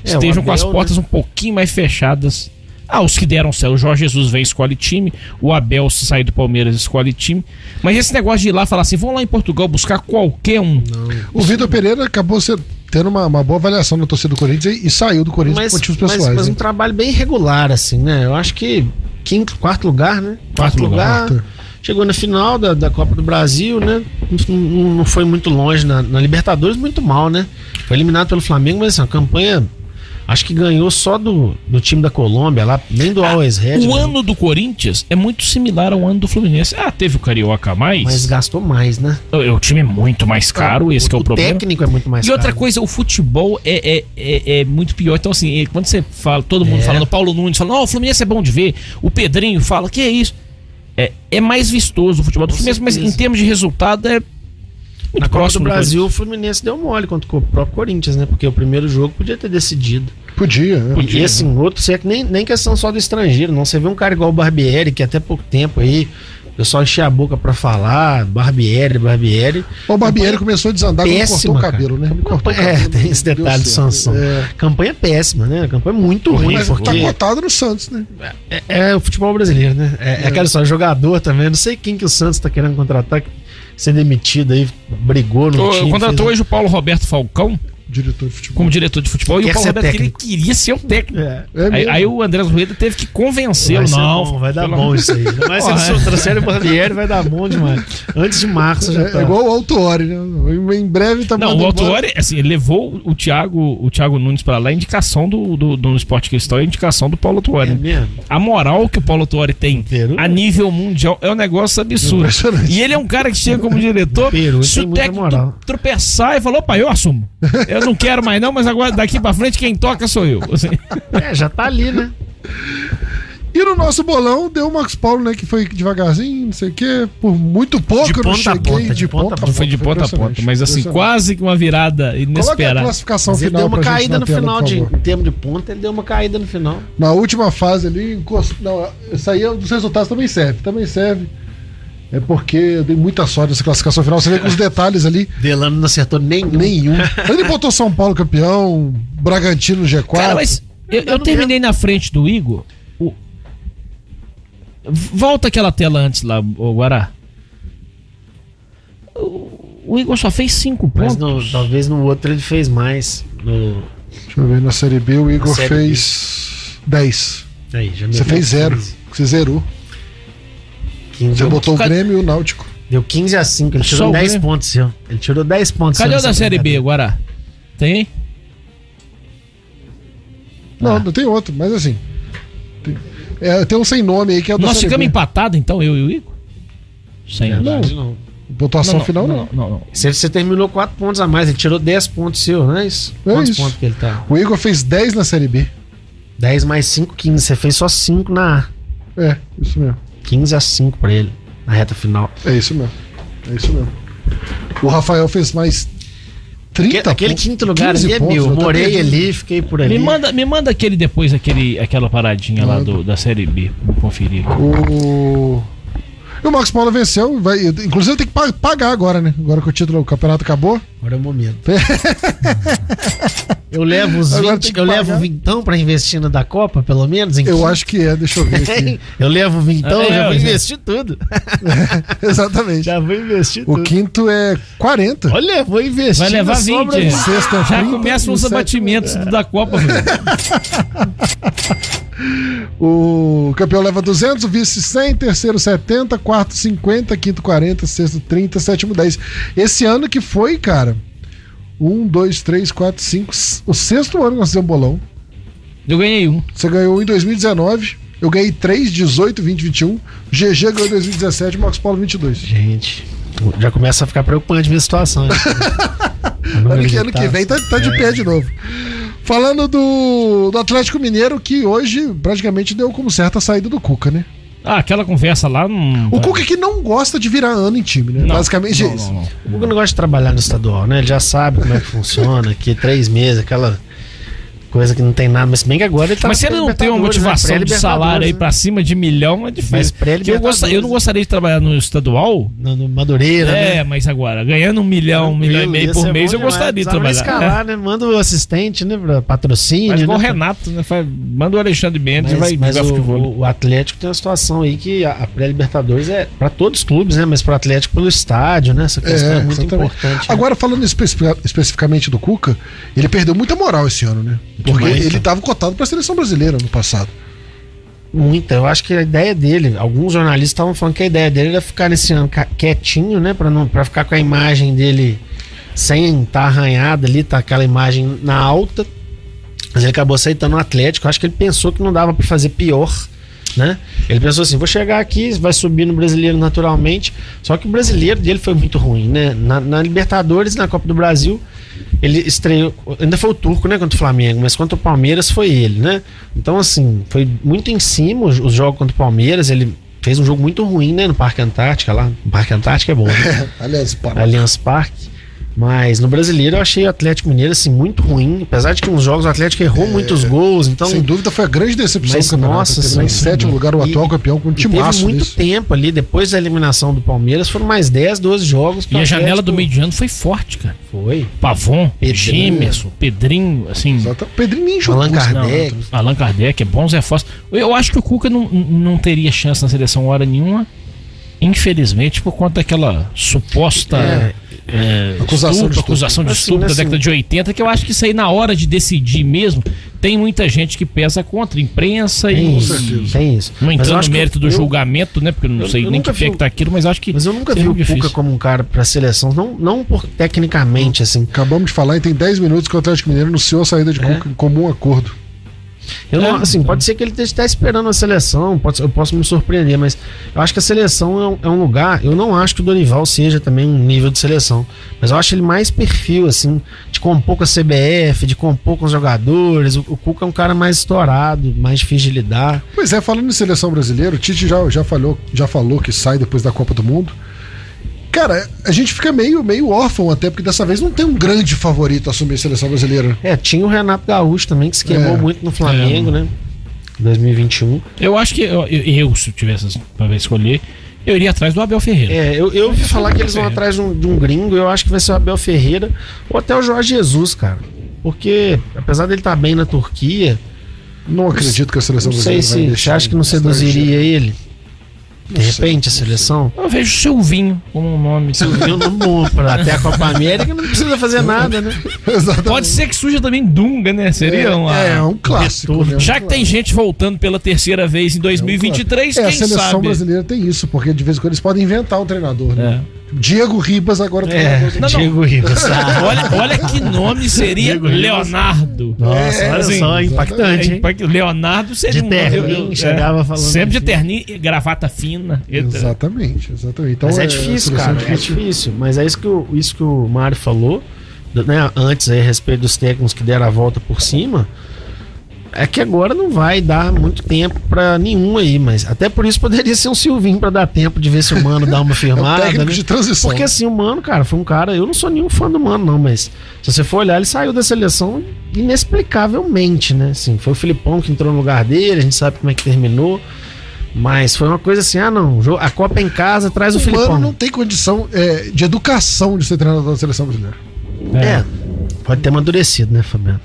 Speaker 6: É,
Speaker 4: estejam
Speaker 6: o
Speaker 4: com as
Speaker 6: Abel,
Speaker 4: portas um pouquinho mais fechadas. Ah, os que deram certo. O Jorge Jesus vem e escolhe time. O Abel, se sair do Palmeiras, escolhe time. Mas esse negócio de ir lá falar assim: vão lá em Portugal buscar qualquer um.
Speaker 3: O Vitor Pereira acabou sendo- tendo uma, uma boa avaliação da torcida do Corinthians e, e saiu do Corinthians
Speaker 6: Mas,
Speaker 3: por motivos
Speaker 6: mas-
Speaker 3: pessoais.
Speaker 6: mas um
Speaker 3: né?
Speaker 6: trabalho bem regular, assim, né? Eu acho que quinto, quarto lugar, né?
Speaker 4: Quarto lugar,
Speaker 6: Chegou na final da, da Copa do Brasil, né? Não, não- não foi muito longe na, na Libertadores, muito mal, né? Foi eliminado pelo Flamengo, mas assim, a campanha. Acho que ganhou só do, do time da Colômbia lá, nem do Always Red.
Speaker 4: Ah,
Speaker 6: né?
Speaker 4: O ano do Corinthians é muito similar ao ano do Fluminense. Ah, teve o Carioca a mais.
Speaker 6: Mas gastou mais, né?
Speaker 4: O, o time é muito mais caro, esse que é o, problema.
Speaker 6: técnico é muito mais
Speaker 4: E outra
Speaker 6: caro.
Speaker 4: coisa, o futebol é, é, é, é muito pior. Então, assim, é, quando você fala, todo mundo
Speaker 6: É.
Speaker 4: falando, Paulo Nunes fala, não, o Fluminense é bom de ver. O Pedrinho fala, que é isso? É, é mais vistoso o futebol do
Speaker 6: Com
Speaker 4: Fluminense, mas em
Speaker 6: certeza.
Speaker 4: termos de resultado é muito
Speaker 6: Na Copa do
Speaker 4: próximo. do
Speaker 6: Brasil, o Fluminense deu mole contra o próprio Corinthians, né? Porque o primeiro jogo podia ter decidido.
Speaker 3: Podia, né?
Speaker 6: E assim, outro século, nem, nem questão só do estrangeiro, não. Você vê um cara igual o Barbieri, que até pouco tempo aí, o pessoal enchia a boca pra falar, Barbieri, Barbieri.
Speaker 3: O Barbieri começou a desandar quando cortou
Speaker 6: Péssima,
Speaker 3: o cabelo,
Speaker 6: cara.
Speaker 3: né? Cortou o
Speaker 6: É,
Speaker 3: cabelo,
Speaker 6: tem esse
Speaker 3: não deu
Speaker 6: detalhe do
Speaker 3: certo.
Speaker 6: Sansão.
Speaker 3: É.
Speaker 6: Campanha péssima, né? Campanha muito ruim,
Speaker 3: Mas
Speaker 6: porque...
Speaker 3: tá cotado no Santos, né?
Speaker 6: É, é o futebol brasileiro, né? É, é aquela história, jogador também. Não sei quem que o Santos tá querendo contratar, que- ser demitido aí, brigou no
Speaker 4: Ô,
Speaker 6: time.
Speaker 4: Contratou
Speaker 6: fez- um-
Speaker 4: hoje o Paulo Roberto Falcão,
Speaker 3: diretor de futebol.
Speaker 4: como diretor de futebol. e
Speaker 6: Quer
Speaker 4: o Paulo
Speaker 6: ser
Speaker 4: Roberto que ele
Speaker 6: técnico.
Speaker 4: queria ser o técnico.
Speaker 6: É.
Speaker 3: É
Speaker 4: aí,
Speaker 3: mesmo.
Speaker 4: aí o André Rueda teve que
Speaker 6: Vai
Speaker 4: convencê-lo.
Speaker 6: ser
Speaker 4: Não,
Speaker 6: bom, vai dar
Speaker 4: pelo
Speaker 6: bom
Speaker 4: amor-
Speaker 6: isso aí. Ainda mais se
Speaker 4: Porra, é.
Speaker 6: eles trouxerem o Barbieri, vai dar bom demais. Antes de março já
Speaker 3: É,
Speaker 6: tá.
Speaker 3: é igual o Autori, né? Em breve tá
Speaker 4: Não,
Speaker 3: mandando
Speaker 4: o
Speaker 3: embora.
Speaker 4: Autori, assim, ele levou o Thiago, o Thiago Nunes pra lá, a indicação do, do, do Esporte Cristão e a indicação do Paulo né? Autori.
Speaker 6: É mesmo?
Speaker 4: A moral que o Paulo Autori tem
Speaker 6: Peru.
Speaker 4: a nível mundial é um negócio absurdo.
Speaker 3: Impressionante.
Speaker 4: E ele é um cara que chega como diretor,
Speaker 6: Peru,
Speaker 4: se
Speaker 6: tem
Speaker 4: o
Speaker 6: muita
Speaker 4: técnico
Speaker 6: moral.
Speaker 4: tropeçar e falou, opa, eu assumo. Eu não quero mais não, mas agora daqui pra frente quem toca sou eu. Assim,
Speaker 6: É, já tá ali, né?
Speaker 3: E no nosso bolão deu o Max Paulo, né? Que foi devagarzinho, não sei o quê. Por muito pouco
Speaker 6: De
Speaker 3: eu
Speaker 6: ponta
Speaker 3: não
Speaker 6: a
Speaker 3: cheguei
Speaker 6: ponta, de ponta a ponta.
Speaker 4: foi de ponta a ponta, mas assim,
Speaker 3: Impressionante.
Speaker 4: quase que uma virada
Speaker 3: Coloca a
Speaker 4: inesperada.
Speaker 3: classificação
Speaker 6: Mas ele
Speaker 3: final
Speaker 6: deu uma
Speaker 3: pra gente
Speaker 6: caída
Speaker 3: na
Speaker 6: no
Speaker 3: tela,
Speaker 6: final
Speaker 3: por
Speaker 6: de
Speaker 3: favor.
Speaker 6: em termo de ponta, ele deu uma caída no final.
Speaker 3: Na última fase ali, encost... não, isso aí é um dos resultados também serve, também serve. É porque eu dei muita sorte nessa classificação final. Você vê com os detalhes ali,
Speaker 6: Delano não acertou nenhum.
Speaker 3: nenhum. Ele botou São Paulo campeão, Bragantino no G4.
Speaker 4: Cara, mas eu, eu terminei na frente do Igor. o- Volta aquela tela antes lá, o Guará. O, o Igor só fez cinco
Speaker 6: Mas
Speaker 4: pontos.
Speaker 6: no- talvez no outro ele fez mais. No,
Speaker 3: Deixa eu ver, na Série B o Igor
Speaker 6: Série B.
Speaker 3: fez 10.
Speaker 6: aí, já
Speaker 3: Você
Speaker 6: meteu
Speaker 3: fez 0.
Speaker 6: 15,
Speaker 3: Você zerou.
Speaker 6: 15,
Speaker 3: Você
Speaker 6: deu,
Speaker 3: botou o
Speaker 4: Cadê-
Speaker 3: Grêmio e o Náutico.
Speaker 6: deu 15 a 5, ele
Speaker 4: Só
Speaker 6: tirou
Speaker 4: o
Speaker 6: 10
Speaker 4: Grêmio.
Speaker 6: pontos, seu. Ele tirou 10 pontos.
Speaker 4: Cadê
Speaker 6: seu
Speaker 4: o da
Speaker 6: nessa
Speaker 4: Série B,
Speaker 6: brincadeira.
Speaker 4: Guará? Tem?
Speaker 3: Não,
Speaker 6: Ah.
Speaker 3: não tem outro, mas assim. Tem, é, tem um sem nome aí que é o da
Speaker 4: Nós
Speaker 3: Série
Speaker 4: ficamos
Speaker 3: B.
Speaker 4: empatados, então, eu e o Igor? Sem.
Speaker 6: Verdade, não.
Speaker 3: Pontuação final não.
Speaker 4: não, não.
Speaker 6: Você, você terminou 4 pontos a mais, ele tirou 10 pontos, seu, não é isso?
Speaker 3: É
Speaker 6: Quantos
Speaker 3: isso.
Speaker 6: pontos que ele tá?
Speaker 3: O Igor fez 10 na Série B.
Speaker 6: 10 mais 5, 15. Você fez só 5 na A.
Speaker 3: É, isso mesmo.
Speaker 6: 15 a 5 pra ele, na reta final.
Speaker 3: É isso mesmo. É isso mesmo. O Rafael fez mais 30
Speaker 6: Aquele, aquele
Speaker 3: pontos,
Speaker 6: quinto lugar
Speaker 3: 15
Speaker 6: ali é
Speaker 3: pontos,
Speaker 6: meu.
Speaker 3: eu tô
Speaker 6: Morei
Speaker 3: perdido.
Speaker 6: ali, fiquei por ali.
Speaker 4: Me manda, me manda aquele depois, aquele, aquela paradinha lá
Speaker 3: Manda.
Speaker 4: do, da Série B. Vou conferir. aqui.
Speaker 3: O... E o Max Paulo venceu. Vai... Inclusive tem que pa- pagar agora, né? Agora que o título, o campeonato acabou.
Speaker 6: Agora é o momento. eu levo os
Speaker 3: Agora
Speaker 6: 20,
Speaker 3: tem que
Speaker 6: eu levo
Speaker 3: pagar.
Speaker 6: o vintão pra investir na da Copa, pelo menos? Em
Speaker 3: Eu acho que é, deixa eu ver aqui.
Speaker 6: Eu levo o vintão,
Speaker 4: É,
Speaker 6: já vou
Speaker 4: eu já-
Speaker 6: investir tudo.
Speaker 3: Exatamente.
Speaker 6: Já vou investir
Speaker 3: O
Speaker 6: tudo.
Speaker 3: quinto é 40.
Speaker 6: Olha, vou investir.
Speaker 4: Vai levar
Speaker 6: na sobra
Speaker 4: 20.
Speaker 3: O sexto é
Speaker 4: Já
Speaker 3: 30,
Speaker 4: começam
Speaker 3: o
Speaker 4: os
Speaker 3: sétimo-
Speaker 4: abatimentos
Speaker 3: é.
Speaker 4: da Copa, velho.
Speaker 3: O campeão leva 200, o vice 100, terceiro 70, quarto 50, quinto 40, sexto 30, sétimo 10. Esse ano que foi, cara, 1, 2, 3, 4, 5, o sexto ano que nós fizemos bolão.
Speaker 4: Eu ganhei um.
Speaker 3: Você ganhou em 2019, eu ganhei 3, 18, 20, 21, GG um, ganhou em 2017, Max Paulo 22.
Speaker 6: Gente, já começa a ficar preocupante minha situação. né? O número
Speaker 3: Ano que,
Speaker 6: de
Speaker 3: ano que
Speaker 6: taças.
Speaker 3: vem tá, tá de pé de novo. Falando do, do Atlético Mineiro, que hoje praticamente deu como certa a saída do Cuca, né?
Speaker 4: Ah, aquela conversa lá não.
Speaker 3: O Cuca que não gosta de virar ano em time, né?
Speaker 4: Não,
Speaker 3: Basicamente é
Speaker 4: não,
Speaker 3: isso.
Speaker 4: não, não.
Speaker 6: O Guga não gosta de trabalhar no estadual, né? Ele já sabe como é que funciona, que três meses, aquela coisa que não tem nada. Mas se bem que agora ele tá
Speaker 4: Mas se ele não tem uma
Speaker 3: né?
Speaker 4: motivação de salário aí pra cima de milhão, é
Speaker 6: Mas
Speaker 4: difícil. Porque eu,
Speaker 6: pré-libertadores,
Speaker 4: gosta- eu não gostaria de trabalhar no estadual.
Speaker 6: No, no Madureira, né?
Speaker 4: É, mas agora, ganhando um milhão, um milhão e meio
Speaker 3: é
Speaker 4: por mês, eu gostaria de trabalhar.
Speaker 6: escalar, né? Manda o assistente, né? Pra
Speaker 4: É.
Speaker 6: patrocínio.
Speaker 4: Mas igual o
Speaker 6: né?
Speaker 4: Renato, né? Faz- manda o Alexandre Mendes
Speaker 6: Mas,
Speaker 4: e vai
Speaker 6: mas
Speaker 4: jogar
Speaker 6: o,
Speaker 4: futebol.
Speaker 6: o Atlético tem uma situação aí que a, a pré-Libertadores é pra todos os clubes, né? Mas pro Atlético pelo estádio, né? Essa questão é, muito
Speaker 3: exatamente.
Speaker 6: importante. né?
Speaker 3: Agora, falando espe- especificamente do Cuca, ele perdeu muita moral esse ano, né? Porque
Speaker 6: Demais,
Speaker 3: ele
Speaker 6: cara.
Speaker 3: estava cotado para a seleção brasileira no passado.
Speaker 6: Muita, eu acho que a ideia dele, alguns jornalistas estavam falando que a ideia dele era ficar nesse ano ca- quietinho, né, Pra não para ficar com a imagem dele sem estar tá arranhada ali, tá aquela imagem na alta. Mas ele acabou aceitando o Atlético, eu acho que ele pensou que não dava pra fazer pior, né? Ele pensou assim, vou chegar aqui, vai subir no brasileiro naturalmente. Só que o brasileiro dele foi muito ruim, né? Na, na Libertadores, na Copa do Brasil, ele estreou. Ainda foi o Turco, né? Contra o Flamengo, mas contra o Palmeiras foi ele, né? Então, assim, foi muito em cima os os jogos contra o Palmeiras. Ele fez um jogo muito ruim, né? No Parque Antártica lá. O Parque Antártica é bom, né?
Speaker 3: Aliás, para.
Speaker 6: Allianz Parque. Mas no brasileiro eu achei o Atlético Mineiro assim muito ruim, apesar de que nos jogos o Atlético errou
Speaker 3: É,
Speaker 6: muitos gols, então
Speaker 3: Sem dúvida, foi a grande decepção
Speaker 6: Mas,
Speaker 3: do campeonato.
Speaker 6: nossa
Speaker 3: Terminar em
Speaker 6: senhora.
Speaker 3: sétimo lugar o
Speaker 6: E-
Speaker 3: atual campeão com um
Speaker 6: e teve
Speaker 3: timaço
Speaker 6: muito
Speaker 3: desse.
Speaker 6: tempo ali depois da eliminação do Palmeiras, foram mais 10, 12 jogos. que
Speaker 4: E
Speaker 6: o
Speaker 4: a janela do
Speaker 6: Atlético-
Speaker 4: meio de ano foi forte, cara.
Speaker 6: foi.
Speaker 4: Pavon,
Speaker 6: Pedrinho.
Speaker 4: Gemerson, Pedrinho, assim.
Speaker 3: Exato. O Pedrinho nem jogou.
Speaker 6: Allan
Speaker 3: esse ano,
Speaker 6: Kardec.
Speaker 3: né?
Speaker 4: Allan Kardec, é bom Zé Foster. Eu acho que o Cuca não, não teria chance na seleção hora nenhuma, infelizmente, por conta daquela suposta
Speaker 6: É,
Speaker 4: é,
Speaker 3: Acusação
Speaker 4: acusação
Speaker 3: de
Speaker 4: de
Speaker 3: estupro.
Speaker 4: acusação de
Speaker 6: Assim,
Speaker 4: estupro da
Speaker 6: assim.
Speaker 4: década de 80, que eu acho que isso aí na hora de decidir mesmo, tem muita gente que pesa contra, imprensa
Speaker 6: Tem
Speaker 4: e.
Speaker 6: isso, tem isso.
Speaker 4: Não
Speaker 6: Mas eu
Speaker 4: entrando
Speaker 6: acho
Speaker 4: no
Speaker 6: que
Speaker 4: mérito
Speaker 6: eu-
Speaker 4: do
Speaker 6: eu-
Speaker 4: julgamento, né? Porque eu não
Speaker 6: eu-
Speaker 4: sei
Speaker 6: eu
Speaker 4: nem
Speaker 6: nunca
Speaker 4: que pé
Speaker 6: vi
Speaker 4: que tá aquilo, mas acho que.
Speaker 6: Mas eu nunca
Speaker 4: seria
Speaker 6: vi o
Speaker 4: é muito
Speaker 6: Cuca
Speaker 4: difícil.
Speaker 6: como um cara pra seleção, não, não por tecnicamente, assim.
Speaker 3: Acabamos de falar e tem 10 minutos que o Atlético Mineiro anunciou a saída
Speaker 6: É?
Speaker 3: de Cuca em comum acordo.
Speaker 6: Eu não,
Speaker 4: É,
Speaker 6: assim, pode ser que ele esteja até esperando a seleção, pode ser- eu posso me surpreender, mas eu acho que a seleção é um, é um lugar. Eu não acho que o Dorival seja também um nível de seleção, mas eu acho ele mais perfil, assim, de compor com a CBF, de compor com os jogadores. O, o Cuca é um cara mais estourado, mais difícil de lidar.
Speaker 3: Pois é, falando em seleção brasileira, o Tite já, já, falou, já falou que sai depois da Copa do Mundo. Cara, a gente fica meio, meio órfão até, porque dessa vez não tem um grande favorito a assumir a seleção brasileira.
Speaker 6: É, tinha o Renato Gaúcho também, que se queimou
Speaker 3: É.
Speaker 6: muito no Flamengo, né? 2021.
Speaker 4: Eu acho que. Eu, eu- eu, se eu tivesse pra escolher, eu iria atrás do Abel Ferreira.
Speaker 6: É, eu, eu ouvi falar que eles vão
Speaker 4: É.
Speaker 6: atrás de um, de um gringo, eu acho que vai ser o Abel Ferreira ou até o Jorge Jesus, cara. Porque, apesar dele estar bem na Turquia,
Speaker 3: Não acredito que a seleção
Speaker 6: não sei
Speaker 3: brasileira vai
Speaker 6: se você
Speaker 3: deixar
Speaker 6: acha que não
Speaker 3: um
Speaker 6: seduziria ele. De
Speaker 3: sei,
Speaker 6: repente, a seleção.
Speaker 4: Eu vejo Silvinho como um nome.
Speaker 6: Viu no mundo, pra- até a Copa América não precisa fazer nada, né?
Speaker 3: estrangeiro. Exatamente.
Speaker 4: Pode ser que suja também Dunga, né? Seria uma.
Speaker 3: É, é um clássico.
Speaker 6: retorno.
Speaker 3: né?
Speaker 4: Já que tem gente voltando pela terceira vez
Speaker 6: um
Speaker 4: em 2023,
Speaker 3: É, a
Speaker 4: quem
Speaker 3: seleção
Speaker 4: sabe?
Speaker 3: brasileira tem isso, porque de vez em quando eles podem inventar um treinador, né? Diego Ribas agora é treinador.
Speaker 6: É,
Speaker 4: não.
Speaker 6: Diego Rivas. Ah,
Speaker 4: Olha, olha que nome seria
Speaker 6: Diego Ribas.
Speaker 4: Leonardo.
Speaker 6: Nossa,
Speaker 3: É,
Speaker 6: olha
Speaker 4: assim,
Speaker 6: só, impactante, hein?
Speaker 4: É, que o Leonardo seria
Speaker 6: De
Speaker 4: um nome-
Speaker 6: terninho,
Speaker 4: eu- eu-
Speaker 6: chegava falando
Speaker 4: Sempre de
Speaker 6: assim.
Speaker 4: terninho e gravata fina. Eu-
Speaker 3: Exatamente, exatamente. Então,
Speaker 6: Mas é
Speaker 3: a
Speaker 6: difícil,
Speaker 3: seleção
Speaker 6: cara. É difícil. Mas é isso que o, isso que o Mário falou, do- né, antes aí, a respeito dos técnicos que deram a volta por cima. É que agora não vai dar muito tempo pra nenhum aí, mas até por isso poderia ser um Silvinho pra dar tempo de ver se o Mano dá uma
Speaker 3: É o
Speaker 6: firmada.
Speaker 3: técnico
Speaker 6: né?
Speaker 3: de transição.
Speaker 6: Porque assim, o Mano, cara, foi um cara. Eu não sou nenhum fã do Mano, não, mas se você for olhar, ele saiu da seleção inexplicavelmente, né? Assim, foi o Filipão que entrou no lugar dele, a gente sabe como é que terminou. Mas foi uma coisa assim: ah, não, jo- a Copa é em casa, traz o,
Speaker 3: o
Speaker 6: Filipão.
Speaker 3: Mano não tem condição é, de educação de ser treinador da seleção brasileira.
Speaker 6: É, pode ter amadurecido, né, Fabiano?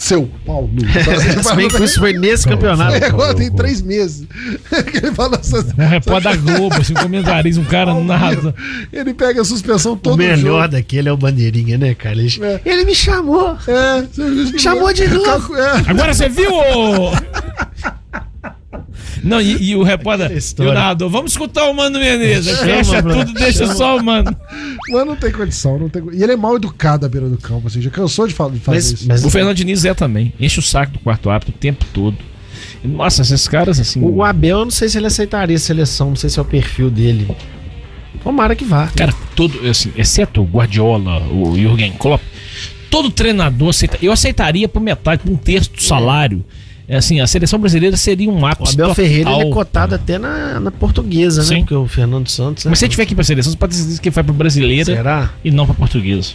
Speaker 3: Seu Paulo.
Speaker 6: Se bem que isso foi nesse campeonato.
Speaker 3: É, agora tem três meses que ele fala essas...
Speaker 6: É.
Speaker 4: Pode dar Globo, assim, comentariza um cara na razão.
Speaker 3: Ele pega a suspensão
Speaker 6: O
Speaker 3: todo
Speaker 6: melhor
Speaker 3: jogo.
Speaker 6: daquele é o Bandeirinha, né, cara? Ele,
Speaker 3: É.
Speaker 6: ele me chamou.
Speaker 3: É,
Speaker 6: Chamou de novo.
Speaker 3: É,
Speaker 4: Agora você viu, ô? Não, e, e o repórter.
Speaker 6: Aquela
Speaker 4: E
Speaker 6: história.
Speaker 4: o narrador, vamos escutar o Mano Menezes.
Speaker 6: Chama,
Speaker 4: Fecha
Speaker 6: Bruno,
Speaker 4: tudo, deixa
Speaker 6: chama.
Speaker 4: só o Mano.
Speaker 3: Mano, não tem condição. Não tem... E ele é mal educado à beira do campo, assim, já cansou de fa- de fazer
Speaker 6: Mas,
Speaker 3: isso.
Speaker 6: mas
Speaker 4: O Fernando Diniz é também. Enche o saco do quarto árbitro o tempo todo. Nossa, esses caras assim.
Speaker 6: o Abel, eu não sei se ele aceitaria a seleção, não sei se é o perfil dele. Tomara que vá.
Speaker 4: Cara, todo, assim, exceto o Guardiola, o Jürgen Klopp, todo treinador aceita. Eu aceitaria por metade, por um terço do salário. É assim, a seleção brasileira seria um
Speaker 6: O
Speaker 4: ápice.
Speaker 6: Abel
Speaker 4: total.
Speaker 6: Ferreira ele é cotado até na, na portuguesa, né?
Speaker 4: Sim.
Speaker 6: Porque o Fernando Santos. né?
Speaker 4: Mas se ele tiver aqui pra seleção, você é pode dizer que vai pra brasileira
Speaker 6: Será?
Speaker 4: e não pra portuguesa.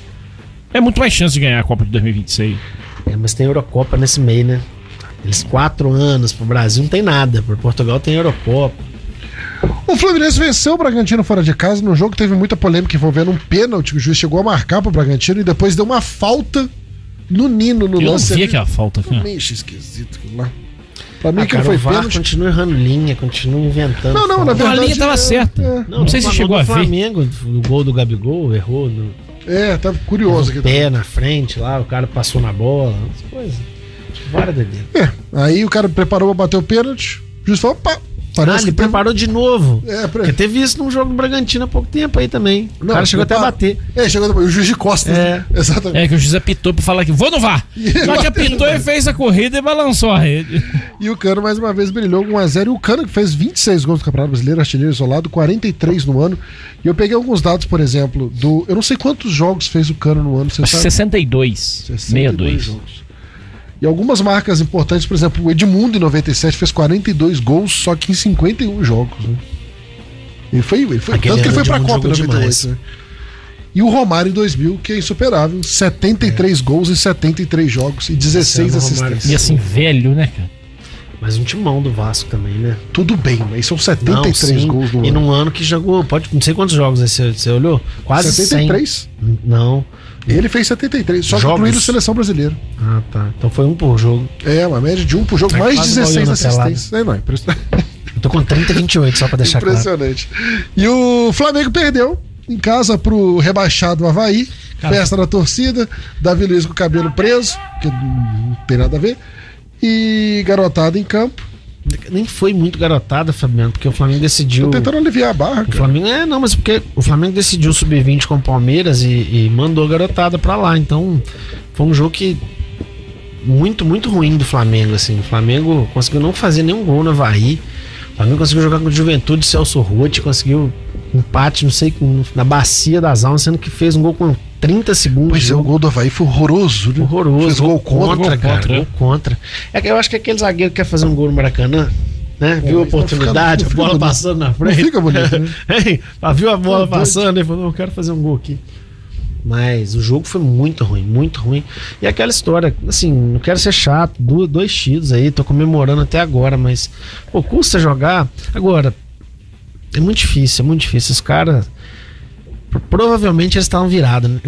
Speaker 4: É muito mais chance de ganhar a Copa de 2026.
Speaker 6: É, mas tem Eurocopa nesse meio, né? Eles quatro anos pro Brasil não tem nada. Pro Portugal tem Eurocopa.
Speaker 3: O Fluminense venceu o Bragantino fora de casa. No jogo teve muita polêmica envolvendo um pênalti. que O juiz chegou a marcar pro Bragantino e depois deu uma falta no Nino no
Speaker 4: Eu não
Speaker 3: lance.
Speaker 6: é
Speaker 4: vi
Speaker 3: ali.
Speaker 4: aquela falta aqui. ó.
Speaker 3: Meio esquisito aquilo lá. Pra mim,
Speaker 6: Hum. Ah,
Speaker 3: que
Speaker 6: cara,
Speaker 3: foi
Speaker 6: o VAR
Speaker 3: pênalti.
Speaker 6: continua errando linha, continua inventando.
Speaker 3: Não, não, na
Speaker 6: falta.
Speaker 4: Então a
Speaker 3: verdade.
Speaker 4: linha tava
Speaker 3: é-
Speaker 4: certa.
Speaker 3: é.
Speaker 4: Não, sei se
Speaker 6: no-
Speaker 4: chegou
Speaker 6: no
Speaker 4: a ver.
Speaker 6: Flamengo, tá o gol do Gabigol errou no
Speaker 3: É, tava curioso tá. aqui.
Speaker 6: pé na frente lá, o cara passou na bola, umas coisas. Várias doideiras.
Speaker 3: É, Aí o cara preparou pra bater o pênalti. O juiz falou, opa,
Speaker 6: Ah,
Speaker 3: parece que
Speaker 6: ele
Speaker 3: teve-
Speaker 6: preparou de novo.
Speaker 3: É, pre-
Speaker 6: Porque teve isso num jogo do Bragantino há pouco tempo aí também. O
Speaker 3: Não,
Speaker 6: cara chegou até a
Speaker 3: prepara-
Speaker 6: bater.
Speaker 3: É, chegou depois. O juiz de costas.
Speaker 6: É.
Speaker 3: né? Exatamente.
Speaker 4: É que o José apitou pra falar que vou no VAR. Só que apitou e fez a corrida e balançou a rede.
Speaker 3: E o Cano mais uma vez brilhou com 1x0. E o Cano que fez 26 gols no Campeonato Brasileiro, artilheiro isolado, 43 no ano. E eu peguei alguns dados, por exemplo, do. Eu não sei quantos jogos fez o Cano no ano, você sabe?
Speaker 4: 62.
Speaker 3: 62
Speaker 4: 62.
Speaker 3: jogos. E algumas marcas importantes, por exemplo, o Edmundo em 97 fez 42 gols, só que em 51 jogos. Né? Ele foi, ele foi
Speaker 6: Aquele
Speaker 3: tanto que ele foi
Speaker 6: ano
Speaker 3: pra
Speaker 6: Edmundo
Speaker 3: Copa em
Speaker 6: jogou
Speaker 3: 98. Né? E o Romário em 2000, que é insuperável, 73
Speaker 6: É.
Speaker 3: gols em 73 jogos e 16
Speaker 6: Esse ano o Romário
Speaker 3: assistências.
Speaker 4: E assim, velho, né, cara?
Speaker 6: Mas um timão do Vasco também, né?
Speaker 3: Tudo bem, mas são 73
Speaker 6: sim,
Speaker 3: gols no
Speaker 6: E
Speaker 3: ano.
Speaker 6: num ano que jogou, pode, não sei quantos jogos aí você, você olhou? Quase 73?
Speaker 3: 73?
Speaker 6: 100. Não.
Speaker 3: Ele fez 73, só que
Speaker 6: Jogos.
Speaker 3: incluindo a seleção brasileira.
Speaker 6: Ah, tá. Então foi um por jogo.
Speaker 3: É, uma média de um por jogo,
Speaker 6: É
Speaker 3: mais
Speaker 6: quase
Speaker 3: 16
Speaker 6: goleiro na pelada.
Speaker 3: assistências. É, não, é impressionante.
Speaker 6: Eu tô com 30 e 28 só pra deixar claro.
Speaker 3: Impressionante. E o Flamengo perdeu em casa pro rebaixado Havaí,
Speaker 4: Cara.
Speaker 3: festa da torcida, Davi Luiz com o cabelo preso, que não tem nada a ver, e garotada em campo.
Speaker 6: Nem foi muito garotada, Fabiano, porque o Flamengo decidiu.
Speaker 3: Tô tentando aliviar a barra,
Speaker 6: O
Speaker 3: cara.
Speaker 6: Flamengo é, não, mas porque o Flamengo decidiu sub-20 com o Palmeiras e, e mandou a garotada pra lá. Então, foi um jogo que muito, muito ruim do Flamengo, assim. O Flamengo conseguiu não fazer nenhum gol no Havaí. O Flamengo conseguiu jogar com o Juventude, Celso Rotti, conseguiu um empate, não sei, com- na bacia das almas, sendo que fez um gol com 30 segundos. de
Speaker 3: Pois é, o
Speaker 6: jogo.
Speaker 3: gol do Havaí foi horroroso, né?
Speaker 6: Horroroso.
Speaker 3: Fez gol contra. né?
Speaker 4: gol
Speaker 6: cara.
Speaker 4: contra,
Speaker 6: Gol contra. É que eu acho que aquele zagueiro que quer fazer um gol no Maracanã, né? Viu a
Speaker 3: mas tá
Speaker 6: oportunidade,
Speaker 3: ficando-
Speaker 6: a bola
Speaker 3: fica bonito.
Speaker 6: passando na
Speaker 3: Não
Speaker 6: frente.
Speaker 3: fica bonito, né? Tá
Speaker 6: Hein? Ela viu a bola
Speaker 3: doido.
Speaker 6: passando e falou: Eu quero fazer um gol aqui. Mas o jogo foi muito ruim, muito ruim. E aquela história, assim, não quero ser chato, du- dois tiros aí, tô comemorando até agora, mas, pô, custa jogar. Agora, é muito difícil, é muito difícil. Os caras. pro- Provavelmente eles estavam virados, né?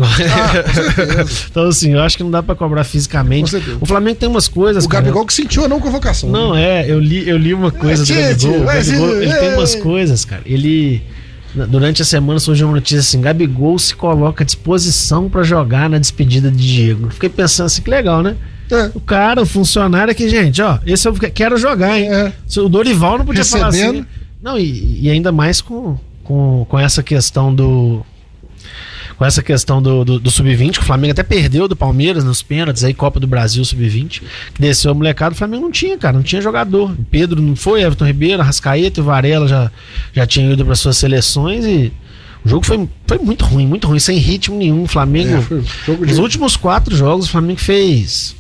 Speaker 6: então, assim, eu acho que não dá pra cobrar
Speaker 3: Ah, Com
Speaker 6: fisicamente.
Speaker 3: certeza.
Speaker 6: O Flamengo tem umas coisas.
Speaker 3: O
Speaker 6: cara.
Speaker 3: Gabigol que sentiu a não convocação. né?
Speaker 6: Não, é, eu li, eu li uma coisa do
Speaker 3: Tite,
Speaker 6: Gabigol. O
Speaker 3: vai,
Speaker 6: Gabigol,
Speaker 3: Tite,
Speaker 6: ele tem
Speaker 3: é.
Speaker 6: umas coisas, cara. Ele. na- Durante a semana surgiu uma notícia assim: Gabigol se coloca à disposição pra jogar na despedida de Diego. Fiquei pensando assim, que legal, né?
Speaker 3: É.
Speaker 6: O cara, o funcionário aqui, gente, ó, esse eu que- quero jogar, hein?
Speaker 3: É.
Speaker 6: Se O Dorival não podia falar
Speaker 3: Recebendo.
Speaker 6: assim. Não, e, e ainda mais com, com, com essa questão do. Com essa questão do, do, do Sub-20, que o Flamengo até perdeu do Palmeiras nos pênaltis, aí Copa do Brasil Sub-20, que desceu a molecada, o Flamengo não tinha, cara, não tinha jogador. O Pedro não foi, Everton Ribeiro, Rascaeta e Varela já, já tinham ido para suas seleções e o jogo foi, foi muito ruim, muito ruim, sem ritmo nenhum. O Flamengo.
Speaker 3: É, foi um jogo de-
Speaker 6: Nos últimos quatro jogos, o Flamengo fez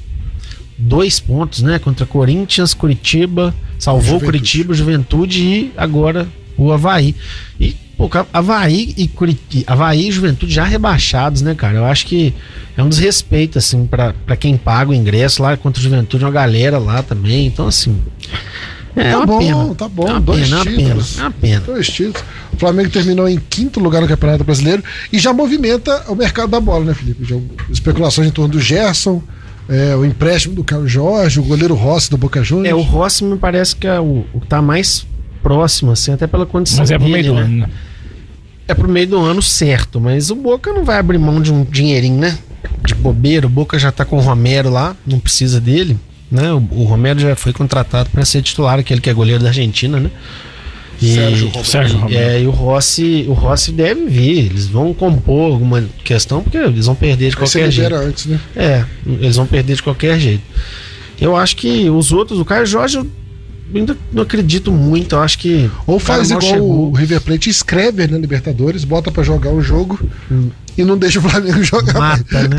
Speaker 6: dois pontos, né? Contra Corinthians, Curitiba, salvou
Speaker 3: Juventude.
Speaker 6: Curitiba, Juventude e agora o Havaí. E, pô, cara, Havaí e Curitiba, Havaí e Juventude já rebaixados, né, cara? Eu acho que é um desrespeito, assim, pra pra quem paga o ingresso lá contra o Juventude, uma galera lá também. Então, assim. É
Speaker 3: Tá
Speaker 6: uma
Speaker 3: bom,
Speaker 6: pena.
Speaker 3: tá bom,
Speaker 6: É uma
Speaker 3: dois
Speaker 6: pena, é uma pena,
Speaker 3: títulos.
Speaker 6: é uma pena.
Speaker 3: Dois títulos. O Flamengo terminou em quinto lugar no Campeonato Brasileiro e já movimenta o mercado da bola, né, Felipe? Já especulações em torno do Gerson, é, o empréstimo do Caio Jorge, o goleiro Rossi do Boca Juniors.
Speaker 6: É, o Rossi me parece que é o, o que tá mais próximo, assim, até pela condição
Speaker 4: Mas é pro
Speaker 6: dele,
Speaker 4: meio do
Speaker 6: né?
Speaker 4: ano, né?
Speaker 6: É pro meio do ano certo, mas o Boca não vai abrir mão de um dinheirinho, né? De bobeiro, o Boca já tá com o Romero lá, não precisa dele, né? O, o Romero já foi contratado pra ser titular, aquele que é goleiro da Argentina, né? E,
Speaker 3: Sérgio Romero.
Speaker 4: Sérgio Romero.
Speaker 6: É, e o Rossi, o Rossi deve vir, eles vão compor alguma questão, porque eles vão perder de
Speaker 3: Aí você
Speaker 6: qualquer jeito.
Speaker 3: libera antes, né?
Speaker 6: É, eles vão perder de qualquer jeito. Eu acho que os outros, o Caio Jorge, eu ainda não acredito muito. Eu acho que.
Speaker 3: Ou
Speaker 6: o cara
Speaker 3: faz
Speaker 6: mal
Speaker 3: igual
Speaker 6: chegou.
Speaker 3: o River Plate, escreve ele na Libertadores, bota pra jogar o jogo e não deixa o Flamengo jogar.
Speaker 6: Hum. Mata, né?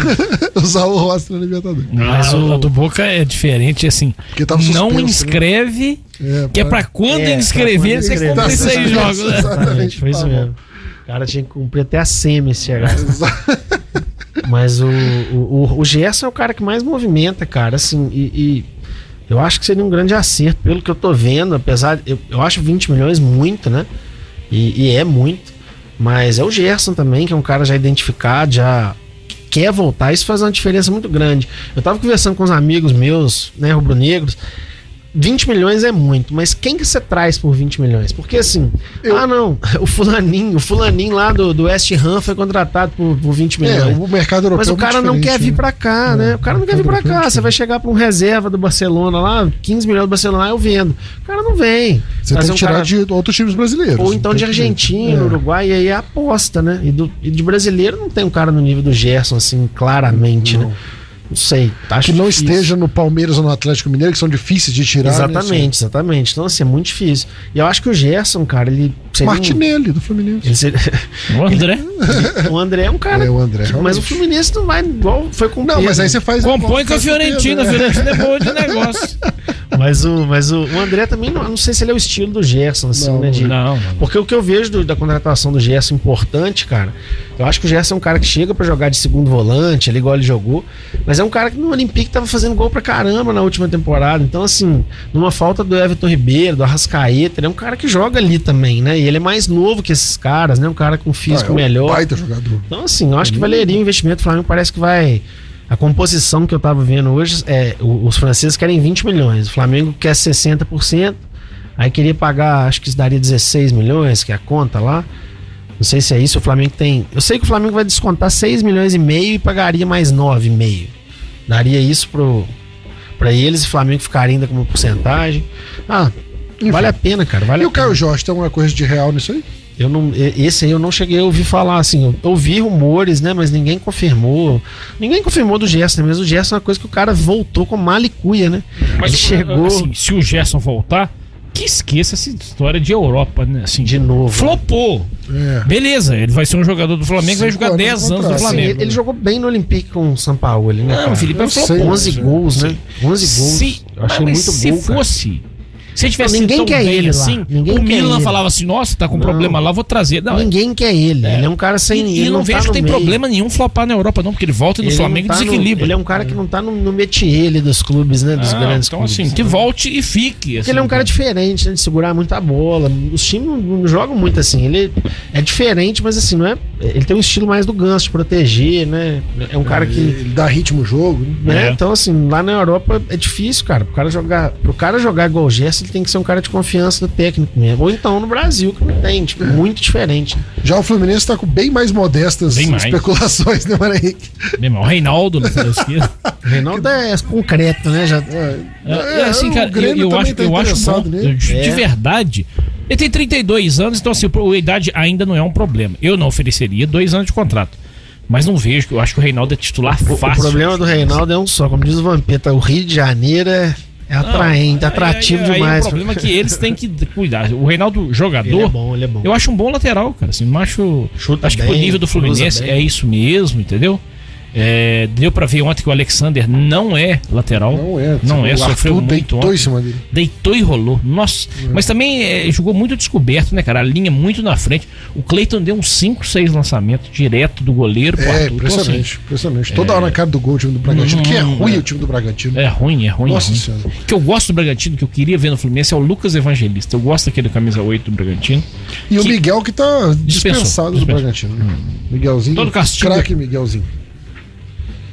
Speaker 3: Usar o Rossi na Libertadores.
Speaker 4: Mas
Speaker 6: Ah,
Speaker 4: o,
Speaker 6: o-
Speaker 4: do Boca é diferente, assim.
Speaker 3: Porque tava
Speaker 4: não
Speaker 3: suspenso, né?
Speaker 4: inscreve,
Speaker 3: É,
Speaker 4: que é pra quando
Speaker 6: É,
Speaker 4: ele
Speaker 6: pra
Speaker 4: escrever,
Speaker 6: quando
Speaker 4: você
Speaker 6: escrever.
Speaker 4: compra
Speaker 6: Tá
Speaker 4: em seis
Speaker 6: certo.
Speaker 4: jogos. né?
Speaker 3: Exatamente,
Speaker 6: Foi isso
Speaker 3: tá bom.
Speaker 6: mesmo. O cara tinha que cumprir até a semi esse chegar.
Speaker 3: Exato.
Speaker 6: Mas o, o, o- o Gerson é o cara que mais movimenta, cara, assim, e, e eu acho que seria um grande acerto, pelo que eu tô vendo, apesar, eu, eu acho 20 milhões muito, né, e, e é muito, mas é o Gerson também, que é um cara já identificado, já quer voltar, isso faz uma diferença muito grande. Eu tava conversando com uns amigos meus, né, rubro-negros, 20 milhões é muito, mas quem que você traz por 20 milhões? Porque assim, ah não, o fulaninho, o fulaninho lá do, do West Ham foi contratado por, por 20
Speaker 3: É,
Speaker 6: milhões.
Speaker 3: o mercado europeu.
Speaker 6: Mas
Speaker 3: é
Speaker 6: o
Speaker 3: muito
Speaker 6: cara não
Speaker 3: diferente,
Speaker 6: quer vir
Speaker 3: né? é
Speaker 6: pra cá, né? O cara não quer vir pra cá. Você vai chegar pra um reserva do Barcelona lá, 15 milhões do Barcelona, eu vendo. O cara não vem.
Speaker 3: Você
Speaker 6: Trazer
Speaker 3: tem que
Speaker 6: um
Speaker 3: tirar
Speaker 6: cara-
Speaker 3: de outros times brasileiros.
Speaker 6: Ou então de
Speaker 3: Não tem jeito.
Speaker 6: Argentina,
Speaker 3: É.
Speaker 6: Uruguai, e aí é aposta, né? E, do- e de brasileiro não tem um cara no nível do Gerson, assim, claramente, né? Não sei.
Speaker 3: que
Speaker 6: Acho
Speaker 3: não
Speaker 6: difícil.
Speaker 3: esteja no Palmeiras ou no Atlético Mineiro, que são difíceis de tirar. Né?
Speaker 6: Exatamente, exatamente. Então, assim, é muito difícil. E eu acho que o Gerson, cara, ele.
Speaker 3: Assim,
Speaker 6: seria um-
Speaker 3: Martinelli, do Fluminense.
Speaker 6: ele seria-
Speaker 4: O André
Speaker 6: o André é um cara.
Speaker 3: É, o André,
Speaker 6: que- mas
Speaker 3: realmente.
Speaker 6: o Fluminense não vai igual foi com o
Speaker 3: Não,
Speaker 6: Pedro,
Speaker 3: mas aí
Speaker 6: né?
Speaker 3: você faz.
Speaker 4: compõe com a
Speaker 3: faz
Speaker 4: Fiorentina. A
Speaker 3: Pedro, né?
Speaker 4: Fiorentina é boa de negócio.
Speaker 6: Mas o, mas o, o André também, não, não sei se ele é o estilo do Gerson, assim,
Speaker 3: Não,
Speaker 6: né? de-
Speaker 4: Não, não.
Speaker 6: Porque o que eu vejo do- da contratação do Gerson importante, cara, eu acho que o Gerson é um cara que chega pra jogar de segundo volante, ali igual ele jogou, mas é um cara que no Olympique tava fazendo gol pra caramba na última temporada. Então, assim, numa falta do Everton Ribeiro, do Arrascaeta, ele é um cara que joga ali também, né? E ele é mais novo que esses caras, né? Um cara com físico
Speaker 3: Ah, é um
Speaker 6: melhor.
Speaker 3: Baita jogador.
Speaker 6: Então, assim, eu acho que valeria o investimento. O Flamengo parece que vai. A composição que eu tava vendo hoje é: o- os franceses querem 20 milhões, o Flamengo quer 60%, aí queria pagar, acho que isso daria 16 milhões, que é a conta lá. Não sei se é isso, o Flamengo tem. Eu sei que o Flamengo vai descontar 6 milhões e meio e pagaria mais 9,5. Daria isso pro para eles e o Flamengo ficaria ainda com uma porcentagem. Ah, vale a pena, cara, vale
Speaker 3: E
Speaker 6: a
Speaker 3: o Caio Jorge tem alguma coisa de real nisso aí?
Speaker 6: eu não, e- esse aí eu não cheguei a ouvir falar, assim. Eu ouvi rumores, né? Mas ninguém confirmou. Ninguém confirmou do Gerson, né? Mas o Gerson é uma coisa que o cara voltou com malicuia, né? Ele chegou
Speaker 4: assim, se o Gerson voltar, que esqueça essa história de Europa, né? Assim,
Speaker 6: de novo.
Speaker 4: Flopou.
Speaker 3: É.
Speaker 4: Beleza, ele vai ser um jogador do Flamengo, vai
Speaker 3: Cinco
Speaker 4: jogar
Speaker 3: anos de
Speaker 4: 10 anos do
Speaker 3: contrato.
Speaker 6: Assim,
Speaker 4: Flamengo.
Speaker 6: ele, ele jogou bem no Olympique com o Sampaoli, né?
Speaker 4: Não,
Speaker 6: cara?
Speaker 4: Felipe,
Speaker 3: eu
Speaker 4: é flopou.
Speaker 3: sei,
Speaker 6: 11 gols, né? 11 gols.
Speaker 4: Se,
Speaker 6: eu achei
Speaker 4: mas
Speaker 6: muito
Speaker 4: se
Speaker 6: bom. cara.
Speaker 4: fosse. Se ele tivesse
Speaker 6: Não,
Speaker 4: sido
Speaker 6: ninguém
Speaker 4: tão
Speaker 6: quer
Speaker 4: bem
Speaker 6: ele lá.
Speaker 4: assim,
Speaker 6: Ninguém
Speaker 4: o
Speaker 6: quer
Speaker 4: Milan
Speaker 6: ele.
Speaker 4: falava assim: nossa, tá com problema lá, vou trazer. Não,
Speaker 6: Ninguém quer ele. Ele é um cara sem.
Speaker 4: e,
Speaker 6: ele
Speaker 4: e não, vejo
Speaker 6: tá
Speaker 4: que
Speaker 6: no
Speaker 4: tem
Speaker 6: meio.
Speaker 4: problema nenhum flopar na Europa, não, porque ele volta e no
Speaker 6: Ele não
Speaker 4: Flamengo
Speaker 6: tá no-
Speaker 4: desequilibra.
Speaker 6: ele é um cara que não tá no, no métier ali dos clubes, né? Dos
Speaker 4: Ah,
Speaker 6: grandes
Speaker 4: então,
Speaker 6: clubes.
Speaker 4: assim, que volte e fique.
Speaker 6: Porque
Speaker 4: assim,
Speaker 6: ele é um cara diferente, né? De segurar muita bola. Os times não- não jogam muito assim. Ele é diferente, mas assim, não é. Ele tem um estilo mais do ganso, de proteger, né? É um cara que.
Speaker 3: Ele dá ritmo ao jogo. né?
Speaker 6: né?
Speaker 4: É.
Speaker 6: Então, assim, lá na Europa é difícil, cara. Pro cara jogar, pro cara jogar igual o Gerson, ele tem que ser um cara de confiança do técnico mesmo. Ou então no Brasil, que não tem,
Speaker 4: É.
Speaker 6: tipo, muito diferente.
Speaker 3: Já o Fluminense tá com bem mais modestas
Speaker 4: Bem mais.
Speaker 3: especulações, né, Mano Henrique?
Speaker 4: Meu irmão, é o Reinaldo no final esquerda.
Speaker 6: O Reinaldo é concreto, né? Já,
Speaker 4: É, é assim,
Speaker 3: o
Speaker 4: cara, eu,
Speaker 3: Grêmio
Speaker 4: eu
Speaker 3: também
Speaker 4: acho,
Speaker 3: tá
Speaker 4: eu acho
Speaker 3: interessado
Speaker 4: bom,
Speaker 3: nele.
Speaker 4: de, de
Speaker 6: É.
Speaker 4: verdade. Ele tem 32 anos, então assim, a idade ainda não é um problema. Eu não ofereceria dois anos de contrato. Mas não vejo, eu acho que o Reinaldo é titular
Speaker 6: O
Speaker 4: fácil.
Speaker 6: problema do Reinaldo é um só, como diz o Vampeta, o Rio de Janeiro é é
Speaker 4: Não,
Speaker 6: atraente, atrativo
Speaker 4: aí- aí- aí
Speaker 6: demais.
Speaker 4: O problema é que eles têm que cuidar. O Reinaldo,
Speaker 6: Ele é
Speaker 4: jogador,
Speaker 6: bom, ele é bom.
Speaker 4: eu acho um bom lateral, cara. Assim, não acho,
Speaker 6: Chuta
Speaker 4: acho que pro
Speaker 6: bem,
Speaker 4: nível do
Speaker 6: cruza
Speaker 4: Fluminense
Speaker 6: bem.
Speaker 4: é isso mesmo, entendeu? É, deu pra ver ontem que o Alexander não é lateral.
Speaker 3: Não
Speaker 6: tipo,
Speaker 3: é.
Speaker 4: Não é,
Speaker 3: o Arthur
Speaker 4: sofreu muito
Speaker 3: deitou
Speaker 4: ontem.
Speaker 3: em cima É. dele.
Speaker 4: Deitou e rolou. Nossa. Mas também eh, jogou muito descoberto, né, cara? A linha muito na frente. O Cleiton deu uns 5, 6 lançamentos direto do goleiro pro
Speaker 3: É,
Speaker 4: Arthur. Então, assim,
Speaker 3: impressionante, impressionante. Toda hora na cara do gol o time do Bragantino, que é ruim o time do Bragantino.
Speaker 4: é ruim, é ruim.
Speaker 3: Nossa
Speaker 4: é ruim.
Speaker 3: Senhora.
Speaker 4: O que eu gosto do Bragantino, que eu queria ver no Fluminense, é o Lucas Evangelista. Eu gosto daquele camisa 8 do Bragantino.
Speaker 3: E o
Speaker 4: Que-
Speaker 3: Miguel que tá dispensado do
Speaker 4: dispensou. Hum.
Speaker 3: Bragantino. né? Miguelzinho.
Speaker 4: Todo castigo.
Speaker 3: Craque Miguelzinho.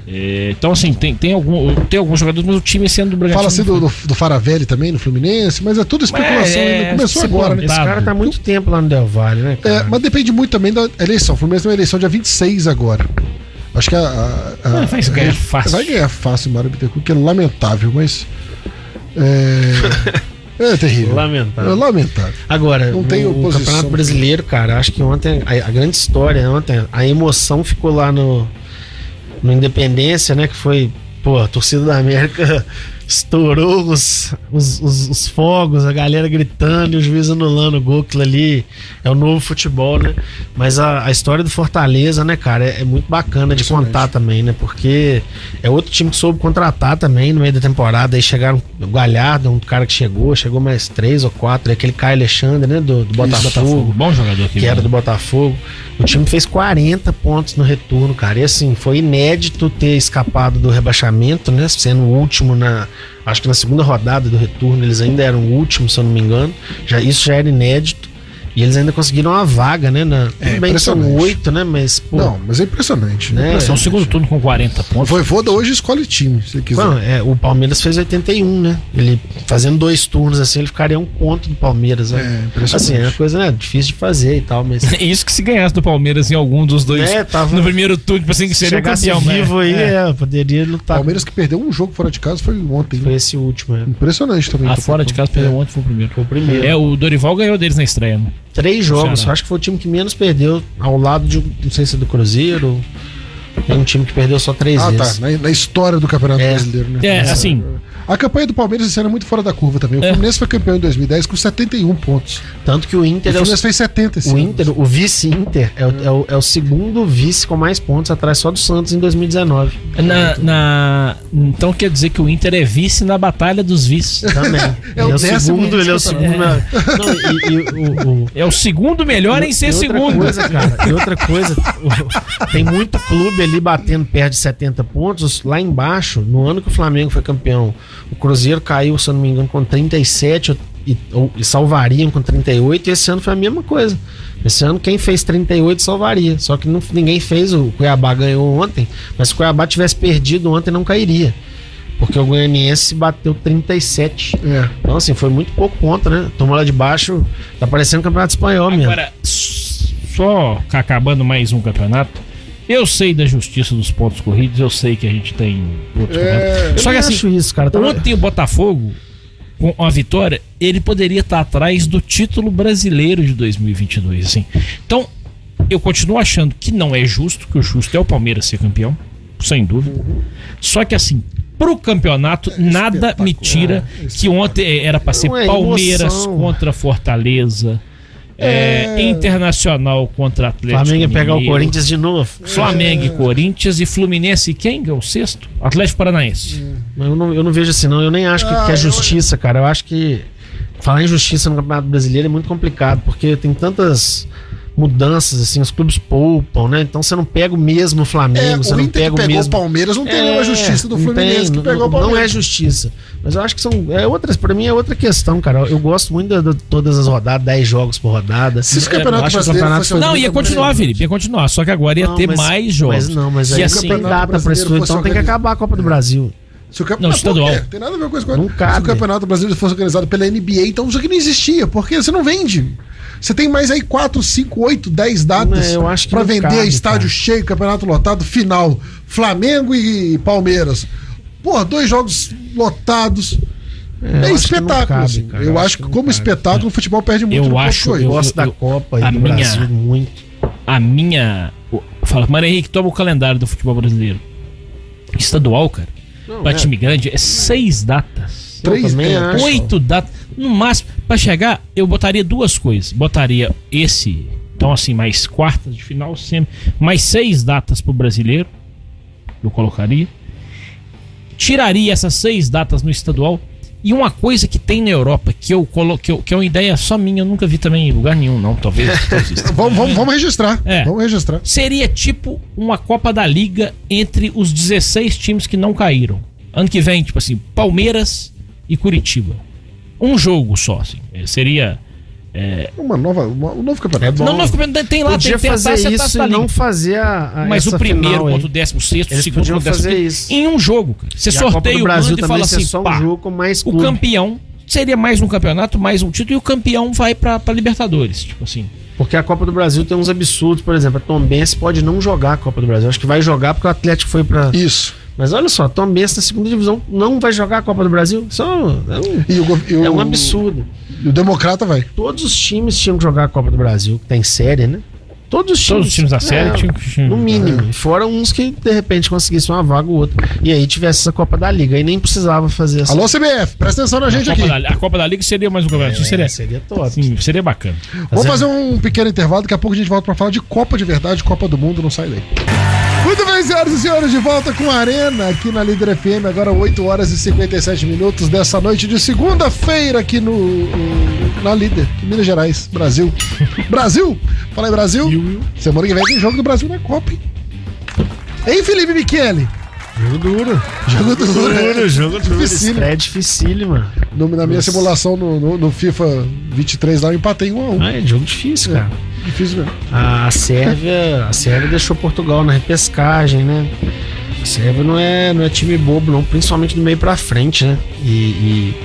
Speaker 4: É, então, assim, tem, tem, algum, tem alguns jogadores, mas o time sendo do Bragantino.
Speaker 6: assim,
Speaker 3: Fala-se assim do, do, do Faravelli também no Fluminense, mas é tudo especulação.
Speaker 4: É,
Speaker 3: ainda. Começou
Speaker 4: se
Speaker 3: agora, né?
Speaker 6: Esse cara tá há muito tempo lá no Del Valle, né? cara?
Speaker 3: É, mas depende muito também da eleição. O Fluminense tem uma eleição dia 26 agora. Acho que a. a- a-
Speaker 4: Ah, vai ganhar
Speaker 3: ele-
Speaker 4: fácil.
Speaker 3: Vai ganhar fácil o Mário Bittencourt, que é lamentável, mas. É. é terrível. É
Speaker 6: Lamentável.
Speaker 3: lamentável.
Speaker 6: Agora,
Speaker 3: Não tem
Speaker 6: o- o
Speaker 3: oposição.
Speaker 6: Campeonato Brasileiro, cara, acho que ontem, a, a grande história ontem, a emoção ficou lá no, no Independência, né? Que foi, pô, a torcida da América estourou os, os, os- os fogos, a galera gritando e o juiz anulando o gol, aquilo ali é o novo futebol, né? Mas a, a história do Fortaleza, né, cara, é, é muito bacana de contar também, né? Porque é outro time que soube contratar também no meio da temporada, aí chegaram o Galhardo, um cara que chegou, chegou mais três ou quatro, e aquele Caio Alexandre, né, do, do Botafogo
Speaker 4: Botafogo. Bom jogador aqui.
Speaker 6: que era
Speaker 4: né?
Speaker 6: do Botafogo. O time fez 40 pontos no retorno, cara. E assim, foi inédito ter escapado do rebaixamento, né? Sendo o último na. Acho que na segunda rodada do retorno, eles ainda eram o último, se eu não me engano. Já, isso já era inédito. E eles ainda conseguiram uma vaga, né? Na, tudo bem que são
Speaker 3: É, impressionante.
Speaker 6: oito, né? Mas, pô.
Speaker 3: Não, mas é impressionante. Né?
Speaker 6: né?
Speaker 4: É, são o segundo turno com 40
Speaker 3: O
Speaker 4: pontos.
Speaker 3: Voivoda hoje escolhe time, se ele quiser.
Speaker 6: Mano, é, o Palmeiras fez 81, né? Ele fazendo dois turnos assim, ele ficaria um ponto do Palmeiras,
Speaker 3: É,
Speaker 6: né?
Speaker 3: impressionante.
Speaker 6: assim, é uma coisa né, difícil de fazer e tal, mas
Speaker 4: É Isso que se ganhasse do Palmeiras em algum dos dois.
Speaker 6: É, tava-
Speaker 4: No primeiro turno, tipo assim, que
Speaker 6: Se
Speaker 4: seria o
Speaker 6: chegasse
Speaker 4: campeão. né?
Speaker 6: vivo aí, é, poderia lutar.
Speaker 3: Palmeiras que perdeu um jogo fora de casa foi ontem. né?
Speaker 6: Foi esse último, né?
Speaker 3: Impressionante também.
Speaker 4: Ah,
Speaker 3: Tô-
Speaker 4: fora de casa, perdeu
Speaker 3: É.
Speaker 4: ontem, foi o primeiro.
Speaker 6: Foi o primeiro.
Speaker 4: É, o Dorival ganhou deles na estreia, né?
Speaker 6: Três jogos,
Speaker 4: Ceará.
Speaker 6: eu acho que foi o time que menos perdeu, ao lado de, não sei se é do Cruzeiro, tem um time que perdeu só três
Speaker 3: Ah, tá.
Speaker 6: vezes.
Speaker 3: Na, na história do Campeonato
Speaker 6: É.
Speaker 3: Brasileiro, né?
Speaker 4: É, assim.
Speaker 3: A campanha do Palmeiras esse ano é muito fora da curva também. O
Speaker 4: É.
Speaker 3: Fluminense foi campeão em 2010 com 71 pontos.
Speaker 6: Tanto que o
Speaker 3: O
Speaker 6: Inter é o,
Speaker 3: Fluminense fez 70 esse
Speaker 6: o
Speaker 3: ano.
Speaker 6: Inter, o vice-Inter, é, o- é o, é o segundo vice com mais pontos, atrás só do Santos em 2019.
Speaker 4: Na, na- Então quer dizer que o Inter é vice na batalha dos vices.
Speaker 6: Também.
Speaker 3: É o
Speaker 6: ele é o
Speaker 3: décimo
Speaker 6: segundo, ele é o
Speaker 3: vice
Speaker 6: segundo. na- Não, e, e o- o-
Speaker 4: É o segundo melhor em ser
Speaker 6: e outra
Speaker 4: segundo.
Speaker 6: Coisa, cara, e outra coisa, o- tem muito clube ali batendo perto de 70 pontos. Lá embaixo, no ano que o Flamengo foi campeão, o Cruzeiro caiu, se eu não me engano, com 37 ou- e, ou- e salvariam com 38. E esse ano foi a mesma coisa. Esse ano quem fez 38 salvaria. Só que não- ninguém fez, o Cuiabá ganhou ontem, mas se o Cuiabá tivesse perdido ontem não cairia. Porque o Goianiense bateu 37.
Speaker 3: É.
Speaker 6: Então, assim, foi muito pouco ponto, né? Tomou lá de baixo, tá parecendo o Campeonato Espanhol mesmo.
Speaker 4: Agora, s- só acabando mais um campeonato. Eu sei da justiça dos pontos corridos, eu sei que a gente tem outros campeonatos. Só que
Speaker 6: É, Eu
Speaker 4: assim,
Speaker 6: acho isso, cara. Tá-
Speaker 4: Ontem o Botafogo, com a vitória, ele poderia estar atrás do título brasileiro de 2022, assim. Então, eu continuo achando que não é justo, que o justo é o Palmeiras ser campeão, sem dúvida. Só que assim, pro campeonato, nada me tira que ontem era pra ser
Speaker 6: Não é
Speaker 4: Palmeiras
Speaker 6: emoção.
Speaker 4: contra Fortaleza, é, Internacional contra Atlético
Speaker 6: Flamengo ia pegar o
Speaker 4: Mineiro,
Speaker 6: Corinthians de novo.
Speaker 4: Flamengo e Corinthians e Fluminense e quem que é o sexto? Atlético Paranaense.
Speaker 6: Mas Eu não, eu não vejo assim, não. Eu nem acho
Speaker 3: Ah,
Speaker 6: que, que é justiça, cara. Eu acho que falar em justiça no Campeonato Brasileiro é muito complicado, porque tem tantas mudanças, assim, os clubes poupam, né? Então você não pega o mesmo Flamengo,
Speaker 3: É,
Speaker 6: você
Speaker 3: o
Speaker 6: não
Speaker 3: Inter
Speaker 6: pega
Speaker 3: que
Speaker 6: o
Speaker 3: pegou o
Speaker 6: mesmo. É,
Speaker 3: Palmeiras não tem nenhuma justiça do
Speaker 6: não
Speaker 3: Fluminense
Speaker 6: tem,
Speaker 3: que pegou o
Speaker 6: não, não é
Speaker 3: Palmeiras.
Speaker 6: justiça. Mas eu acho que são. É outras, pra mim é outra questão, cara. Eu gosto muito da- da- de todas as rodadas, 10 jogos por rodada.
Speaker 3: Se esse
Speaker 6: É, Eu
Speaker 3: campeonato
Speaker 6: acho o
Speaker 3: brasileiro
Speaker 6: campeonato
Speaker 3: fosse-
Speaker 4: Não,
Speaker 3: Mas
Speaker 4: ia
Speaker 3: não
Speaker 4: continuar,
Speaker 3: tem.
Speaker 4: Felipe, ia continuar. Só que agora ia
Speaker 6: Não,
Speaker 4: ter
Speaker 6: mas-
Speaker 4: mais jogos.
Speaker 6: Mas não, mas
Speaker 4: E
Speaker 6: aí
Speaker 4: assim-
Speaker 6: não tem data pra isso.
Speaker 3: Brasileiro
Speaker 6: Então
Speaker 3: fosse
Speaker 6: tem que
Speaker 3: organizado.
Speaker 6: acabar a Copa do Brasil.
Speaker 3: Se o campe-
Speaker 4: Não,
Speaker 3: Mas por
Speaker 4: estadual.
Speaker 3: quê? Tem nada a ver com isso.
Speaker 6: Não
Speaker 3: Se o
Speaker 6: cabe.
Speaker 3: Campeonato Brasileiro fosse organizado pela NBA, então isso aqui não existia, porque você não vende. Você tem mais aí 4, 5, 8, 10 datas
Speaker 6: Não, eu acho que
Speaker 3: pra
Speaker 6: não
Speaker 3: vender
Speaker 6: cabe,
Speaker 3: estádio
Speaker 6: cara.
Speaker 3: cheio, campeonato lotado, final. Flamengo e Palmeiras. Pô, dois jogos lotados. É,
Speaker 6: eu acho que não
Speaker 3: espetáculo.
Speaker 6: cabe,
Speaker 3: assim.
Speaker 6: cara.
Speaker 3: eu acho que, como espetáculo, o futebol perde muito
Speaker 4: Eu
Speaker 3: no
Speaker 4: acho-
Speaker 3: controle.
Speaker 6: Eu
Speaker 4: Eu-
Speaker 6: gosto da
Speaker 4: eu-
Speaker 6: Copa e
Speaker 4: a
Speaker 6: do
Speaker 4: minha-
Speaker 6: Brasil muito.
Speaker 4: a minha. o- Fala, Mano Henrique, toma o calendário do futebol brasileiro. Estadual, cara. pra time grande, é seis datas.
Speaker 6: Eu
Speaker 3: Três
Speaker 6: também
Speaker 3: datas.
Speaker 6: acho.
Speaker 4: Oito datas. No máximo, pra chegar, eu botaria duas coisas. Botaria esse. Então, assim, mais quartas de final, sempre. Mais seis datas pro brasileiro. Eu colocaria. Tiraria essas seis datas no estadual. E uma coisa que tem na Europa, que eu coloquei, que é uma ideia só minha, eu nunca vi também em lugar nenhum, não. Talvez. não exista.
Speaker 3: Vamos, vamos- vamos registrar.
Speaker 4: É.
Speaker 3: Vamos registrar.
Speaker 4: Seria tipo uma Copa da Liga entre os 16 times que não caíram. Ano que vem, tipo assim, Palmeiras e Curitiba. Um jogo só, assim. É, Seria.
Speaker 3: Uma nova, uma- um novo campeonato.
Speaker 6: É bom.
Speaker 4: Não, não, fica- tem lá, tem,
Speaker 6: Podia
Speaker 4: tem a
Speaker 6: fazer
Speaker 4: taça, e a taça
Speaker 6: isso
Speaker 4: da
Speaker 6: e
Speaker 4: Liga.
Speaker 6: não fazer a, a
Speaker 4: Mas
Speaker 6: essa
Speaker 4: o primeiro
Speaker 6: final aí.
Speaker 4: contra o décimo sexto, o
Speaker 6: Eles
Speaker 4: segundo
Speaker 6: podiam
Speaker 4: contra o décimo
Speaker 6: fazer
Speaker 4: quinto,
Speaker 6: isso.
Speaker 4: Em um jogo, cara. Você
Speaker 6: E a Copa do
Speaker 4: sorteia o
Speaker 6: Brasil
Speaker 4: mando e
Speaker 6: também
Speaker 4: fala
Speaker 6: ser
Speaker 4: assim,
Speaker 6: só um
Speaker 4: pá,
Speaker 6: jogo com mais
Speaker 4: o
Speaker 6: clube.
Speaker 4: campeão seria mais um campeonato, mais um título, e o campeão vai pra, pra Libertadores, tipo assim.
Speaker 6: Porque a Copa do Brasil tem uns absurdos, por exemplo, a Tom Benz pode não jogar a Copa do Brasil. Acho que vai jogar porque o Atlético foi pra.
Speaker 3: Isso.
Speaker 6: Mas olha só, a Tom Benz na segunda divisão não vai jogar a Copa do Brasil. Isso é um, é um-
Speaker 3: E o, go- e o-
Speaker 6: é um absurdo.
Speaker 3: E o Democrata vai.
Speaker 6: Todos os times tinham que jogar a Copa do Brasil, que tem série, né? Todos os times.
Speaker 4: Todos os times da série
Speaker 6: É,
Speaker 4: tinham que- tinham-
Speaker 6: No mínimo. E Fora uns que, de repente, conseguissem uma vaga ou outra. E aí tivesse essa Copa da Liga. E nem precisava fazer essa.
Speaker 3: Alô, CBF, presta atenção na gente
Speaker 4: a,
Speaker 3: aqui.
Speaker 4: Copa da, a Copa da Liga seria mais um campeonato. seria,
Speaker 6: É, seria top.
Speaker 4: sim, seria bacana.
Speaker 3: Vamos fazer um pequeno intervalo, daqui a pouco a gente volta pra falar de Copa de Verdade, Copa do Mundo, não sai daí. Muito bem, senhoras e senhores, de volta com a Arena aqui na Líder FM, agora 8 horas e 57 minutos dessa noite de segunda-feira aqui no na Líder, em Minas Gerais, Brasil. Brasil! Fala aí, Brasil. Semana que vem tem jogo do Brasil na Copa, hein? Hein, Felipe Michele?
Speaker 6: Jogo duro.
Speaker 3: Jogo né? do Lula.
Speaker 6: jogo duro.
Speaker 3: Dificílimo.
Speaker 6: Isso É dificílimo, mano.
Speaker 3: No- Na minha
Speaker 6: Nossa.
Speaker 3: simulação no, no- no FIFA 23 lá, eu empatei 1 a 1
Speaker 6: Ah, é jogo difícil, cara.
Speaker 3: Difícil mesmo.
Speaker 6: A Sérvia, a Sérvia deixou Portugal na repescagem, né? A Sérvia não é, não é time bobo, não, principalmente do meio pra frente, né? E, e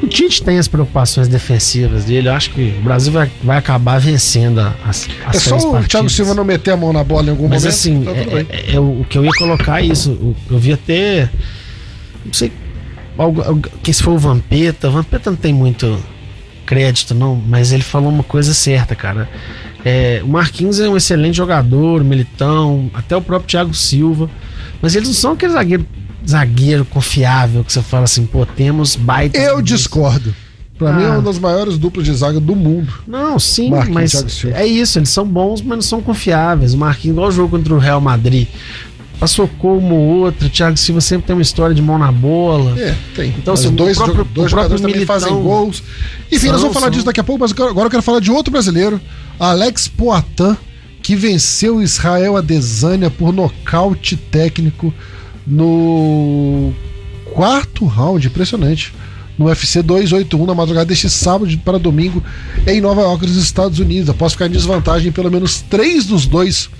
Speaker 6: o Tite tem as preocupações defensivas dele. Eu acho que o Brasil vai, vai acabar vencendo a- as, as
Speaker 3: É só
Speaker 6: três
Speaker 3: o
Speaker 6: partidas.
Speaker 3: Thiago Silva não meter a mão na bola em algum
Speaker 6: Mas
Speaker 3: momento.
Speaker 6: assim,
Speaker 3: tá tudo
Speaker 6: é,
Speaker 3: bem.
Speaker 6: é- é o o que eu ia colocar é isso. O- Eu vi até. Não sei. algo- algo- que se foi o Vampeta. O Vampeta não tem muito crédito, não, mas ele falou uma coisa certa, cara. É, o Marquinhos é um excelente jogador, o militão, até o próprio Thiago Silva. Mas eles não são aquele zagueiro, zagueiro confiável que você fala assim, pô, temos baita.
Speaker 3: Eu discordo. Pra
Speaker 6: é- Ah.
Speaker 3: mim é uma das maiores duplas de zaga do mundo.
Speaker 6: Não, sim,
Speaker 3: Marquinhos, Thiago
Speaker 6: mas
Speaker 3: Silva.
Speaker 6: é isso, eles são bons, mas não são confiáveis. O Marquinhos, igual o jogo contra o Real Madrid. Passou como outro, o Thiago Silva sempre tem uma história de mão na bola.
Speaker 3: É, tem.
Speaker 6: Então,
Speaker 3: Mas
Speaker 6: assim, o
Speaker 3: dois,
Speaker 6: próprio-
Speaker 3: jo- dois
Speaker 6: o próprio
Speaker 3: jogadores também
Speaker 6: Militão-
Speaker 3: fazem gols. Enfim, nós
Speaker 6: São,
Speaker 3: vamos falar
Speaker 6: são.
Speaker 3: disso daqui a pouco, mas eu quero- agora eu quero falar de outro brasileiro, Alex Poitin, que venceu Israel Adesanya por nocaute técnico no quarto round, impressionante. No UFC 281 na madrugada deste sábado para domingo em Nova York, nos Estados Unidos. Após ficar em desvantagem em pelo menos três dos dois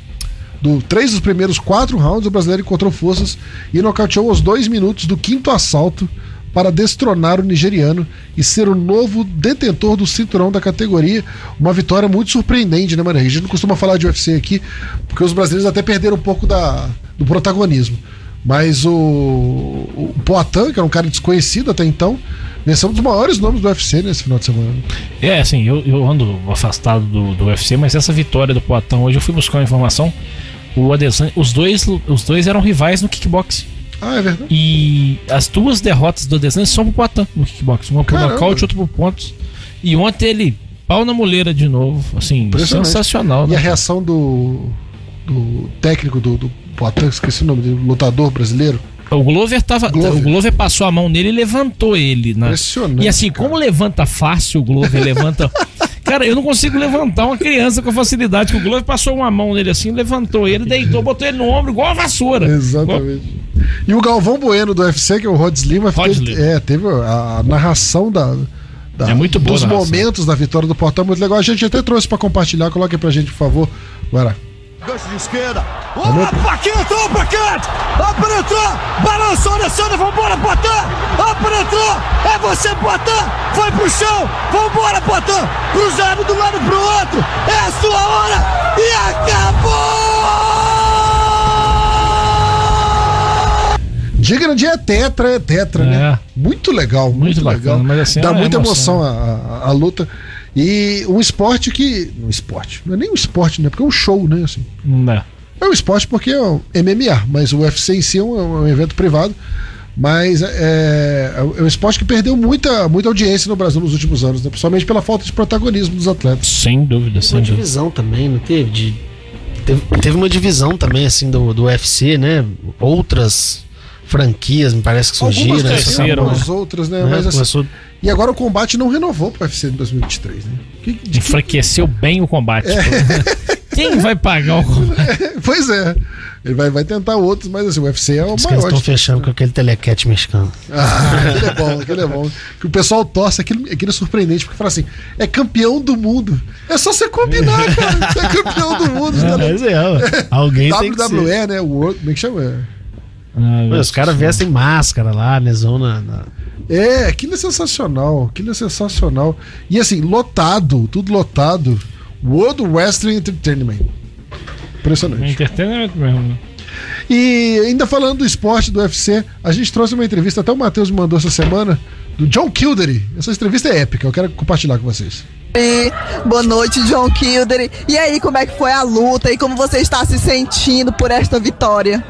Speaker 3: do três dos primeiros quatro rounds, o brasileiro encontrou forças e nocauteou aos dois minutos do quinto assalto para destronar o nigeriano e ser o novo detentor do cinturão da categoria. Uma vitória muito surpreendente, né, mano? A gente não costuma falar de UFC aqui, porque os brasileiros até perderam um pouco da, do protagonismo. Mas o, o Poatan, que era um cara desconhecido até então, venceu um dos maiores nomes do UFC nesse final de semana.
Speaker 4: É, assim, eu, eu ando afastado do, do UFC, mas essa vitória do Poatão hoje eu fui buscar uma informação. O Adesanya, os dois, os dois eram rivais no kickboxing.
Speaker 3: Ah, é verdade.
Speaker 4: E as duas derrotas do Adesanya são pro Poatan no kickboxing. Uma por
Speaker 3: Caramba.
Speaker 4: nocaute, outra por pontos. E ontem ele, pau na moleira de novo. Assim,
Speaker 3: Impressionante.
Speaker 4: sensacional,
Speaker 3: E a
Speaker 4: né?
Speaker 3: reação do, do técnico do, do Poatan, esqueci o nome dele, lutador brasileiro.
Speaker 4: O Glover tava.
Speaker 3: Glover.
Speaker 4: O Glover passou a mão nele e levantou ele. Na...
Speaker 3: Impressionante,
Speaker 4: E assim,
Speaker 3: cara.
Speaker 4: como levanta fácil o Glover, levanta. Cara, eu não consigo levantar uma criança com facilidade. Que o Glover passou uma mão nele assim, levantou ele, deitou, botou ele no ombro, igual a vassoura.
Speaker 3: Exatamente. E o Galvão Bueno do UFC, que é o Rod Lima,
Speaker 4: Rod
Speaker 3: teve,
Speaker 4: Lima.
Speaker 3: é, teve a, a narração da, da-
Speaker 4: É muito boa
Speaker 3: dos
Speaker 4: a narração.
Speaker 3: momentos da vitória do Portão, muito legal. A gente até trouxe pra compartilhar, coloque aí pra gente, por favor. Bora.
Speaker 8: Gancho de esquerda. Opa, que entrou, Paquete! Apretou! Balançou, descendo, vambora, Potan! Apretou! É você, Potan! Foi pro chão! Vambora, Potan! Cruzado do lado pro outro! É a sua hora! E acabou!
Speaker 3: Diga no dia é tetra, é tetra,
Speaker 4: É.
Speaker 3: né? Muito legal, muito,
Speaker 4: Muito bacana,
Speaker 3: legal.
Speaker 4: mas assim,
Speaker 3: Dá
Speaker 4: é uma
Speaker 3: muita emoção,
Speaker 4: emoção.
Speaker 3: a, a- a luta. E um esporte que. Um esporte. Não é nem um esporte, né? Porque é um show, né? Assim.
Speaker 4: Não dá.
Speaker 3: É um esporte porque é um MMA, mas o UFC em si é um, é um evento privado. Mas é, é um esporte que perdeu muita, muita audiência no Brasil nos últimos anos, né? principalmente pela falta de protagonismo dos atletas.
Speaker 4: Sem dúvida, sem
Speaker 6: é Uma
Speaker 4: dúvida.
Speaker 6: divisão também, não teve? De- teve, teve uma divisão também, assim, do, do UFC, né? Outras franquias, me parece que surgiram.
Speaker 4: Algumas
Speaker 6: essa
Speaker 4: cresceram,
Speaker 6: semana,
Speaker 4: né?
Speaker 3: As outras, né?
Speaker 6: né?
Speaker 3: Mas, assim,
Speaker 6: Começou-
Speaker 3: e agora o combate não renovou para o UFC de 2023, né? Que- de que-
Speaker 4: Enfraqueceu bem o combate.
Speaker 3: É.
Speaker 4: Quem vai pagar o combate?
Speaker 3: pois é. Ele vai, vai tentar outros, mas assim, o UFC é o
Speaker 6: Os caras
Speaker 3: maior.
Speaker 6: estão fechando com aquele telecat mexicano.
Speaker 3: Ah, aquele é bom, aquele é bom. Que o pessoal torce, aquilo, aquilo é surpreendente, porque fala assim: é campeão do mundo. É só você combinar, cara. Você é campeão do mundo. tá ligado?
Speaker 6: Mas é, ó, alguém tem que ser.
Speaker 3: WWE, né? World, como é que chama?
Speaker 4: Ah,
Speaker 6: Pô, Os caras vestem máscara lá, né? Zona. na-
Speaker 3: É, aquilo é sensacional, aquilo é sensacional. E assim, lotado, tudo lotado. World Wrestling Entertainment. Impressionante.
Speaker 4: Entretenimento mesmo. né?
Speaker 3: E ainda falando do esporte do UFC, a gente trouxe uma entrevista, até o Matheus me mandou essa semana, do John Kildery. Essa entrevista é épica, eu quero compartilhar com vocês.
Speaker 5: E boa noite, John Kilder. E aí, como é que foi a luta e como você está se sentindo por esta vitória?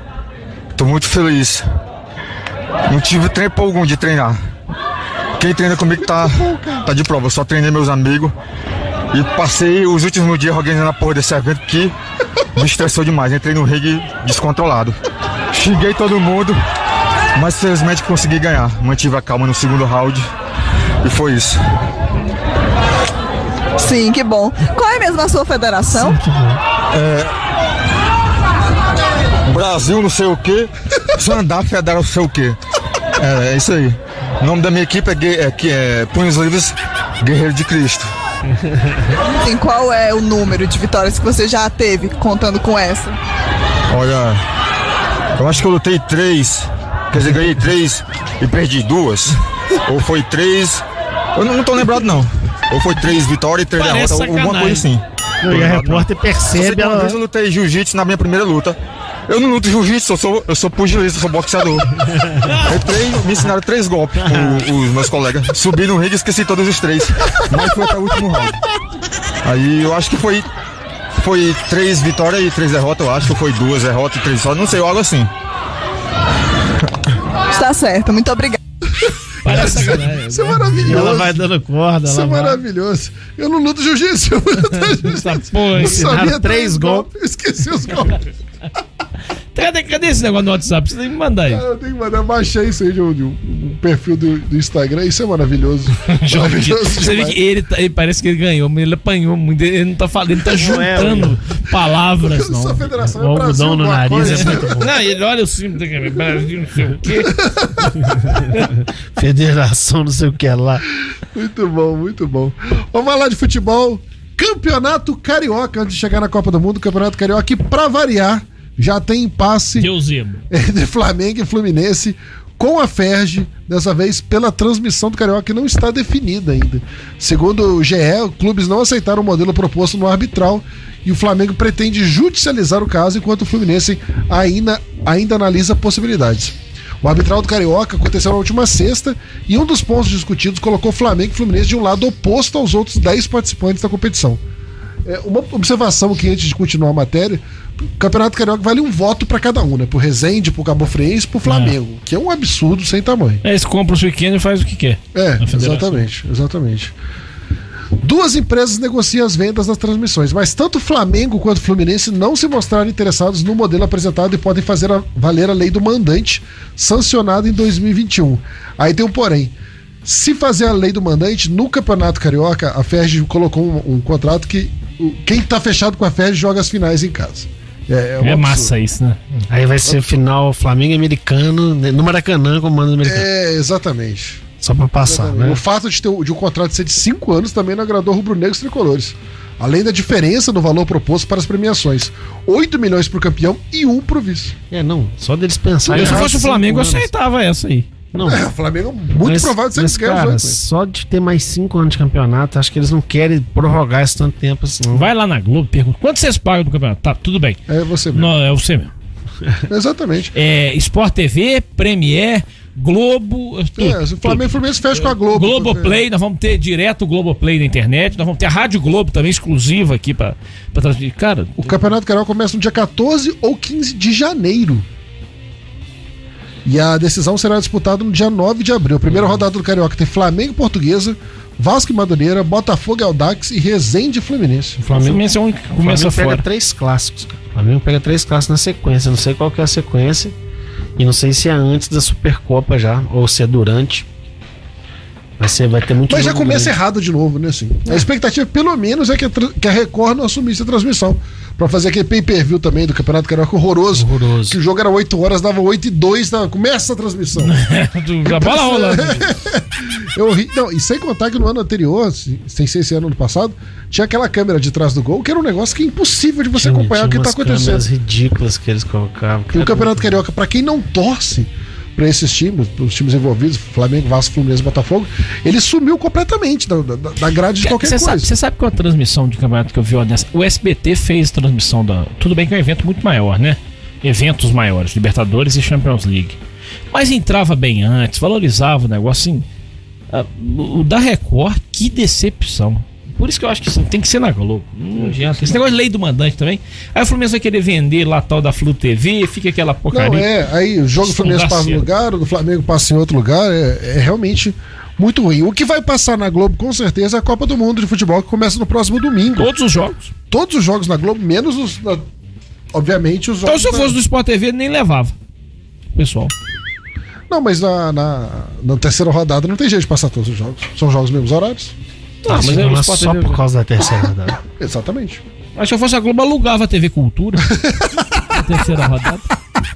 Speaker 9: Tô muito feliz. Não tive tempo algum de treinar. Quem treina comigo tá, tá de prova. Eu só treinei meus amigos. E passei os últimos dias organizando a porra desse evento que me estressou demais. Entrei no ringue descontrolado. Xinguei todo mundo, mas felizmente consegui ganhar. Mantive a calma no segundo round. E foi isso.
Speaker 5: Sim, que bom. Qual é mesmo a sua federação?
Speaker 9: Brasil não sei o que, Sandá Federal não sei o que. É, é isso aí. O nome da minha equipe é, Gue- é, que é Punhos Livres Guerreiro de Cristo.
Speaker 5: Sim, qual é o número de vitórias que você já teve contando com essa?
Speaker 9: Olha, eu acho que eu lutei três, quer dizer, ganhei três e perdi duas. Ou foi três, eu não, não tô lembrado não. Ou foi três vitórias e três
Speaker 4: Parece
Speaker 9: derrotas, alguma coisa assim.
Speaker 6: E a repórter
Speaker 9: Eu sei
Speaker 6: percebe
Speaker 9: que uma
Speaker 6: ela.
Speaker 9: vez eu lutei jiu-jitsu na minha primeira luta. Eu não luto jiu-jitsu, eu sou, eu sou pugilista, eu sou boxeador. Eu treino, me ensinaram três golpes, o- os meus colegas. Subi no ringue e esqueci todos os três. Mas foi até o último round. Aí eu acho que foi. Foi três vitórias e três derrotas, eu acho. Ou foi duas derrotas e três só, não sei, algo assim.
Speaker 5: Está certo, muito obrigada.
Speaker 4: Parece sacanagem.
Speaker 3: Isso é
Speaker 6: E
Speaker 3: maravilhoso.
Speaker 6: ela vai dando corda,
Speaker 3: Isso é
Speaker 6: ela vai.
Speaker 3: maravilhoso. Eu não luto jiu-jitsu, eu luto jiu-jitsu.
Speaker 4: Essa porra.
Speaker 3: Eu
Speaker 4: aí.
Speaker 6: Ensinaram
Speaker 3: sabia
Speaker 6: três golpes.
Speaker 3: Eu Esqueci os golpes.
Speaker 4: Cadê, cadê esse negócio no WhatsApp? Você tem que me mandar aí.
Speaker 3: Cara, eu tenho que mandar. Eu baixei isso aí de um, de um perfil do, do Instagram. Isso é maravilhoso.
Speaker 4: Jovem Dito.
Speaker 3: Maravilhoso
Speaker 4: Você vê
Speaker 3: demais.
Speaker 4: que ele, tá- ele parece que ele ganhou, mas ele apanhou muito. Ele não tá falando, ele tá
Speaker 6: é,
Speaker 4: juntando palavras.
Speaker 3: Essa
Speaker 4: Não.
Speaker 3: federação
Speaker 6: O
Speaker 3: é Brasil.
Speaker 6: algodão no
Speaker 3: alguma
Speaker 6: nariz é
Speaker 3: coisa.
Speaker 6: muito bom.
Speaker 4: não, ele olha o símbolo daqui, Brasil, não sei o quê.
Speaker 6: Federação, não sei o que lá.
Speaker 3: Muito bom, muito bom. Vamos falar de futebol. Campeonato Carioca, antes de chegar na Copa do Mundo, Campeonato Carioca, que pra variar, já tem passe
Speaker 4: Deus Zemo.
Speaker 3: entre Flamengo e Fluminense. com a Ferge, dessa vez pela transmissão do Carioca, que não está definida ainda. Segundo o GE, clubes não aceitaram o modelo proposto no arbitral e o Flamengo pretende judicializar o caso, enquanto o Fluminense ainda, ainda analisa possibilidades. O arbitral do Carioca aconteceu na última sexta e um dos pontos discutidos colocou Flamengo e Fluminense de um lado oposto aos outros 10 participantes da competição. É, uma observação que antes de continuar a matéria, o Campeonato Carioca vale um voto para cada um, né? Pro Rezende, pro Cabo Freiense, pro Flamengo, que é um absurdo sem tamanho.
Speaker 4: Eles compram os pequenos e faz É, o que quer.
Speaker 3: É,
Speaker 4: Na federação.
Speaker 3: exatamente, exatamente. Duas empresas negociam as vendas das transmissões, mas tanto o Flamengo quanto o Fluminense não se mostraram interessados no modelo apresentado e podem fazer a- valer a lei do mandante, sancionada em 2021. Aí tem um porém. Se fazer a lei do mandante, no Campeonato Carioca, a Ferg colocou um, um contrato que o- quem tá fechado com a Ferg joga as finais em casa. É, é um
Speaker 4: É
Speaker 3: absurdo.
Speaker 4: massa isso, né?
Speaker 6: Aí vai ser final Flamengo e americano, né, no Maracanã, com o mando
Speaker 4: né?
Speaker 6: americano.
Speaker 3: É, exatamente.
Speaker 6: Só pra passar, né?
Speaker 3: O fato de, ter, de um contrato ser de 5 anos também não agradou rubro-negros tricolores. Além da diferença no valor proposto para as premiações: 8 milhões para o campeão e 1 para o vice.
Speaker 6: É, não, só deles
Speaker 3: um
Speaker 6: pensarem.
Speaker 4: Eu, se
Speaker 6: já
Speaker 4: fosse o
Speaker 6: cinco
Speaker 3: né?
Speaker 4: Flamengo, eu
Speaker 6: anos.
Speaker 4: aceitava essa aí.
Speaker 6: Não,
Speaker 3: É, o Flamengo é muito
Speaker 6: mas-
Speaker 3: provável de ser
Speaker 6: mas,
Speaker 3: que ganhe os
Speaker 6: cara,
Speaker 3: oito, né?
Speaker 6: Só de ter mais cinco anos de campeonato, acho que eles não querem prorrogar isso tanto tempo assim. não.
Speaker 4: Vai lá na Globo, pergunta. Quanto vocês pagam no campeonato? Tá, tudo bem.
Speaker 3: É você mesmo.
Speaker 4: Não, é você mesmo.
Speaker 3: Exatamente.
Speaker 4: É, Sport TV, Premier, Globo. Tudo,
Speaker 3: É, o Flamengo e o Fluminense fecha com a Globo.
Speaker 4: Globoplay, nós vamos ter direto o Globoplay na internet, nós vamos ter a Rádio Globo também exclusiva aqui pra, pra transmitir. Cara,
Speaker 3: O Campeonato Carioca começa no dia 14 ou 15 de janeiro. E a decisão será disputada no dia 9 de abril. Primeira rodada do Carioca tem Flamengo e Portuguesa, Vasco e Madureira, Botafogo e Aldax e Resende e Fluminense.
Speaker 4: o Fluminense é o único que começa
Speaker 6: Flamengo pega
Speaker 4: fora.
Speaker 6: três clássicos. cara. O Flamengo pega três clássicos na sequência. Não sei qual que é a sequência. E não sei se é antes da Supercopa já, ou se é durante. Vai, ser, vai ter muito
Speaker 3: Mas já
Speaker 6: jogo
Speaker 3: começa
Speaker 6: grande.
Speaker 3: errado de novo, né? Assim. A expectativa, pelo menos, é que a, tra- que a Record não assumisse a transmissão. Pra fazer aquele pay-per-view também do Campeonato Carioca horroroso.
Speaker 6: Horroroso.
Speaker 3: Que o jogo era 8 horas, dava 8 e 2, dava- começa a transmissão.
Speaker 6: É,
Speaker 4: Do- A bola rolando.
Speaker 3: Eu ri. Não, e sem contar que no ano anterior, se- sem ser esse ano ano passado, tinha aquela câmera de trás do gol, que era um negócio que é impossível de você
Speaker 6: Tinha-
Speaker 3: acompanhar o que
Speaker 6: tinha
Speaker 3: tá
Speaker 6: umas câmeras
Speaker 3: acontecendo.
Speaker 6: ridículas que eles colocavam.
Speaker 3: E o
Speaker 6: cara.
Speaker 3: um Campeonato Carioca, pra quem não torce pra esses times, os times envolvidos, Flamengo, Vasco, Fluminense, Botafogo, ele sumiu completamente da, da, da grade de qualquer
Speaker 4: Você
Speaker 3: coisa.
Speaker 4: sabe, você sabe qual a transmissão de campeonato que eu vi ó, nessa? O SBT fez transmissão da. Tudo bem que é um evento muito maior, né? Eventos maiores, Libertadores e Champions League. Mas entrava bem antes, valorizava o negócio, assim. ah, O da Record, que decepção. Por isso que eu acho que assim, tem que ser na Globo. Não adianta. Esse negócio de lei do mandante também. Aí o Fluminense vai querer vender lá a tal da Flu TV, fica aquela porcaria.
Speaker 3: Não, é, aí o jogo do Fluminense passa em um
Speaker 4: Desgraceiro.
Speaker 3: lugar, o do Flamengo passa em outro lugar, é, é realmente muito ruim. O que vai passar na Globo, com certeza, é a Copa do Mundo de Futebol, que começa no próximo domingo.
Speaker 4: Todos os jogos.
Speaker 3: Todos os jogos na Globo, menos os. da- obviamente, os
Speaker 4: Então
Speaker 3: jogos.
Speaker 4: se eu
Speaker 3: da-
Speaker 4: fosse do Sport TV, nem levava. Pessoal.
Speaker 3: Não, mas na, na, na terceira rodada não tem jeito de passar todos os jogos. São jogos mesmos horários. tá
Speaker 4: Ah, mas
Speaker 6: Mas
Speaker 4: é o Sport
Speaker 6: só
Speaker 4: TV.
Speaker 6: por causa da terceira rodada.
Speaker 3: Exatamente.
Speaker 4: Mas se eu fosse a Globo, alugava a TV Cultura. na terceira rodada.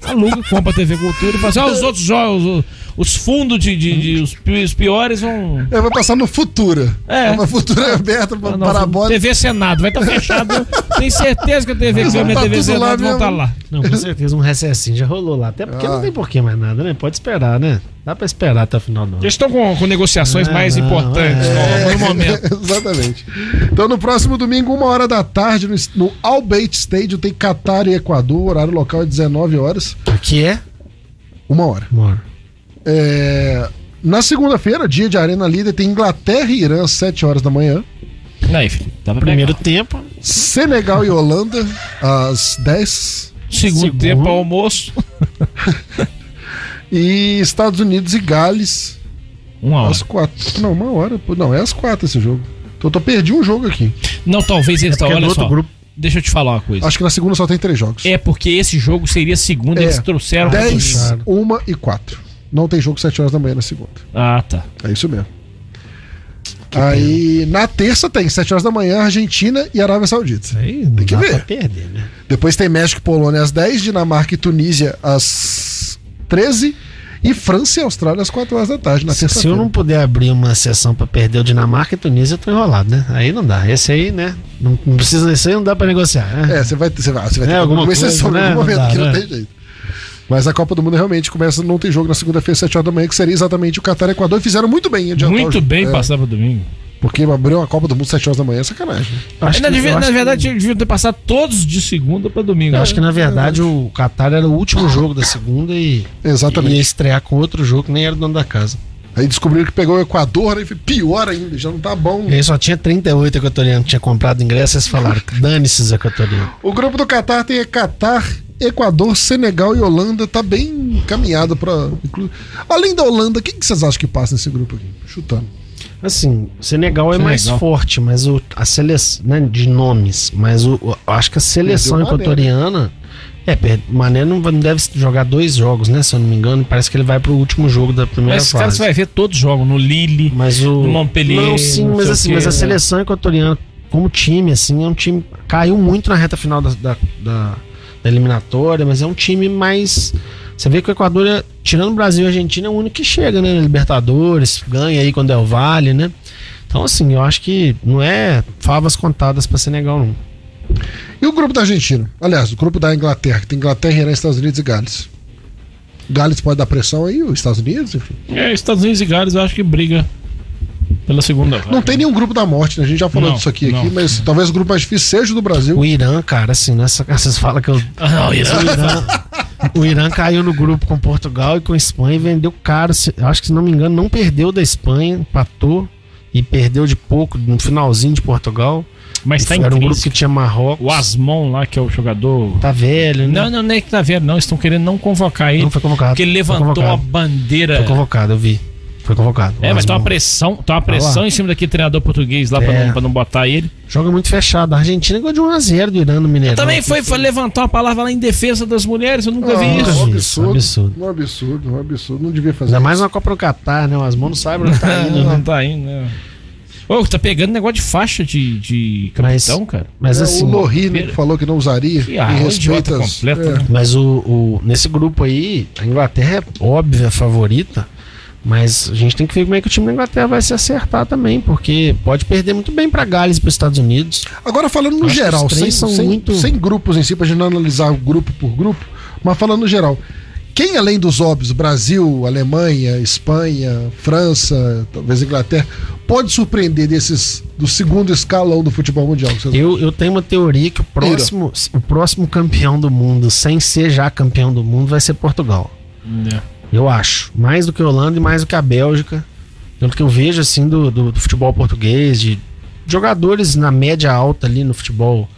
Speaker 4: Aluga, compra a TV Cultura e fala assim, ah, os outros jogos, os, os fundos de, de- de- os, pi- os piores vão.
Speaker 3: É, vai passar no Futura.
Speaker 4: É.
Speaker 3: uma Futura aberta, uma
Speaker 4: Não,
Speaker 3: parabólica.
Speaker 4: TV Senado, vai estar fechado. eu Tenho certeza que a TV
Speaker 3: Eles vão
Speaker 4: Câmara e a
Speaker 3: tá
Speaker 4: TV
Speaker 3: tudo lá
Speaker 4: Senado vão
Speaker 3: mesmo.
Speaker 4: estar lá.
Speaker 6: Não, com certeza um recessinho já rolou lá. Até porque
Speaker 3: Ah.
Speaker 6: não tem porquê mais nada, né? Pode esperar, né? Dá pra esperar até o final do ano.
Speaker 4: Eles estão com, com negociações
Speaker 6: Ah,
Speaker 4: mais
Speaker 6: não,
Speaker 4: importantes
Speaker 3: é.
Speaker 4: no- no um momento.
Speaker 3: Exatamente. Então, no próximo domingo, uma hora da tarde, no, no Al Bayt Stadium, tem Catar e Equador. O horário local é 19 horas.
Speaker 6: Aqui é?
Speaker 3: Uma hora.
Speaker 6: Moro.
Speaker 3: É, Na segunda-feira, dia de Arena Líder, tem Inglaterra e Irã, às 7 horas da manhã.
Speaker 4: Aí, filho, dá pra Primeiro,
Speaker 6: Primeiro tempo.
Speaker 3: Senegal e Holanda, às 10.
Speaker 4: segundo,
Speaker 6: segundo.
Speaker 4: tempo, almoço,
Speaker 3: E Estados Unidos e Gales,
Speaker 4: uma hora.
Speaker 3: às 4. Não, uma hora. pô. Não, é às 4 esse jogo. Então, eu tô perdi um jogo aqui.
Speaker 4: Não, talvez eles.
Speaker 6: porque é
Speaker 4: olha
Speaker 6: do outro
Speaker 4: só.
Speaker 6: grupo.
Speaker 4: Deixa eu te falar uma coisa.
Speaker 3: Acho que na segunda só tem três jogos.
Speaker 4: É porque esse jogo seria segunda,
Speaker 3: É.
Speaker 4: eles trouxeram. pra domingo.
Speaker 3: 10,
Speaker 6: Claro.
Speaker 3: 1 e 4. Não tem jogo 7 horas da manhã na segunda.
Speaker 4: Ah, tá.
Speaker 3: É isso mesmo. Aí, na terça tem 7 horas da manhã, Argentina e Arábia Saudita.
Speaker 6: Aí não
Speaker 3: Tem que
Speaker 6: dá
Speaker 3: ver.
Speaker 6: pra perder, né?
Speaker 3: Depois tem México e Polônia às 10, Dinamarca e Tunísia às 13 e França e Austrália às 4 horas da tarde na
Speaker 6: Se eu
Speaker 3: terça-feira.
Speaker 6: não puder abrir uma sessão pra perder o Dinamarca e Tunísia, eu tô enrolado, né? Aí não dá. Esse aí, né? Não, não precisa, esse aí não dá pra negociar, né?
Speaker 3: É, você vai, você vai, você vai
Speaker 6: É,
Speaker 3: ter
Speaker 6: alguma
Speaker 3: uma exceção
Speaker 6: coisa,
Speaker 3: em
Speaker 6: né?
Speaker 3: algum momento
Speaker 6: Não dá,
Speaker 3: que não
Speaker 6: né?
Speaker 3: tem jeito. Mas a Copa do Mundo realmente começa, não tem jogo na segunda-feira, 7 horas da manhã, que seria exatamente o Catar e Equador. E fizeram muito bem em adiantar o
Speaker 4: Muito
Speaker 3: jogo.
Speaker 4: bem
Speaker 3: É,
Speaker 4: passar pra domingo.
Speaker 3: Porque abriu a Copa do Mundo 7 horas da manhã, é sacanagem. né?
Speaker 6: Acho
Speaker 4: Ainda
Speaker 6: que-
Speaker 4: devia-
Speaker 6: eu
Speaker 4: na
Speaker 6: acho que-
Speaker 4: verdade, eles deviam ter passado todos de segunda pra domingo.
Speaker 6: Eu acho que na verdade o Qatar era o último jogo da segunda e
Speaker 3: Exatamente.
Speaker 6: ia estrear com outro jogo que nem era o dono da casa.
Speaker 3: Aí descobriram que pegou o Equador, aí foi pior ainda, já não tá bom.
Speaker 6: E aí só tinha 38 equatorianos que tinha comprado ingresso, eles falaram: dane-se os equatorianos.
Speaker 3: O grupo do Catar tem Catar, Equador, Senegal e Holanda. Tá bem encaminhado pra. inclu- Além da Holanda, quem que vocês acham que passa nesse grupo aqui? Chutando.
Speaker 6: Assim, Senegal é mais
Speaker 4: Senegal.
Speaker 6: forte, mas o, a seleção, né, de nomes, mas o, o- eu acho que a seleção
Speaker 3: Perdeu o Mané,
Speaker 6: equatoriana. É, per- Mané não, vai- não deve jogar dois jogos, né? Se eu não me engano, parece que ele vai pro último jogo da primeira
Speaker 4: Mas os caras
Speaker 6: fase.
Speaker 4: vai ver todos jogam no Lille.
Speaker 6: Mas o.
Speaker 4: No Montpellier,
Speaker 6: Não, sim,
Speaker 4: não
Speaker 6: mas
Speaker 4: sei o
Speaker 6: assim,
Speaker 4: quê,
Speaker 6: mas
Speaker 4: né?
Speaker 6: a seleção equatoriana, como time, assim, é um time. Caiu muito na reta final da, da, da- da eliminatória, mas é um time mais. Você vê que o Equador, é- tirando o Brasil e a Argentina, é o único que chega, né? na Libertadores, ganha aí quando é o Vale, né? Então, assim, eu acho que não é favas contadas pra Senegal, não.
Speaker 3: E o grupo da Argentina? Aliás, o grupo da Inglaterra, que tem Inglaterra, Irã, Estados Unidos e Gales. Gales pode dar pressão aí, os Estados Unidos, enfim.
Speaker 4: É, Estados Unidos e Gales eu acho que briga pela segunda vaga.
Speaker 3: Não tem nenhum grupo da morte, né? A gente já falou
Speaker 4: Não,
Speaker 3: disso aqui,
Speaker 4: não.
Speaker 3: aqui mas talvez o grupo mais difícil seja o do Brasil.
Speaker 6: O Irã, cara, assim, nessa, vocês falam que eu
Speaker 4: Ah, não, isso.
Speaker 6: O Irã, o Irã caiu no grupo com Portugal e com Espanha e vendeu caro. Se- eu Acho que, se não me engano, não perdeu da Espanha, empatou e perdeu de pouco no finalzinho de Portugal.
Speaker 4: Mas tá em
Speaker 6: Era um grupo
Speaker 4: crise.
Speaker 6: que tinha Marrocos.
Speaker 4: O Asmon lá, que é o jogador.
Speaker 6: Tá velho, né?
Speaker 4: Não, não, não é que tá vendo, não. Estão querendo não convocar ele.
Speaker 6: Não foi convocado.
Speaker 4: Porque ele
Speaker 6: Foi
Speaker 4: levantou a
Speaker 6: convocado.
Speaker 4: bandeira.
Speaker 6: Foi convocado, eu vi. Foi convocado.
Speaker 4: É, mas tá uma
Speaker 6: Osman.
Speaker 4: pressão, tá uma pressão
Speaker 6: lá.
Speaker 4: em cima daquele treinador português lá pra,
Speaker 6: É.
Speaker 4: não, pra não botar ele.
Speaker 6: Joga muito fechado. A Argentina ganhou de 1x0 do Irã no Mineirão.
Speaker 4: Também foi, foi levantar uma palavra lá em defesa das mulheres, eu nunca vi
Speaker 6: nunca
Speaker 4: isso.
Speaker 6: vi.
Speaker 3: um
Speaker 6: absurdo, absurdo.
Speaker 3: Um absurdo, um absurdo. Não devia fazer
Speaker 6: Ainda
Speaker 3: isso.
Speaker 6: mais uma Copa do Catar, né? O Asmon não sabe onde tá indo, né?
Speaker 4: não tá indo, né? Ô, tá pegando negócio de faixa de, de
Speaker 6: Mas-
Speaker 4: capitão, cara.
Speaker 6: Mas
Speaker 3: É,
Speaker 6: assim.
Speaker 3: o Lohri né,
Speaker 4: pera.
Speaker 3: que falou que não usaria.
Speaker 4: Que
Speaker 3: e
Speaker 4: arroz
Speaker 3: respeita
Speaker 4: idiota
Speaker 3: as-
Speaker 4: completo,
Speaker 3: é.
Speaker 4: né?
Speaker 6: Mas o, o- nesse grupo aí, a Inglaterra é óbvia favorita, mas a gente tem que ver como é que o time da Inglaterra vai se acertar também, porque pode perder muito bem para Gales e para os Estados Unidos.
Speaker 3: Agora falando no
Speaker 6: Acho que
Speaker 3: geral,
Speaker 6: os três
Speaker 3: sem,
Speaker 6: são
Speaker 3: sem-
Speaker 6: muito-
Speaker 3: sem grupos em si, pra gente não analisar grupo por grupo, mas falando no geral, quem além dos óbvios, Brasil, Alemanha, Espanha, França, talvez Inglaterra, pode surpreender desses do segundo escalão do futebol mundial? que vocês-
Speaker 6: Eu, eu tenho uma teoria que o próximo, o próximo campeão do mundo, sem ser já campeão do mundo, vai ser Portugal. Eu acho. Mais do que a Holanda e mais do que a Bélgica. Pelo que eu vejo, assim, do, do, do futebol português, de jogadores na média alta ali no futebol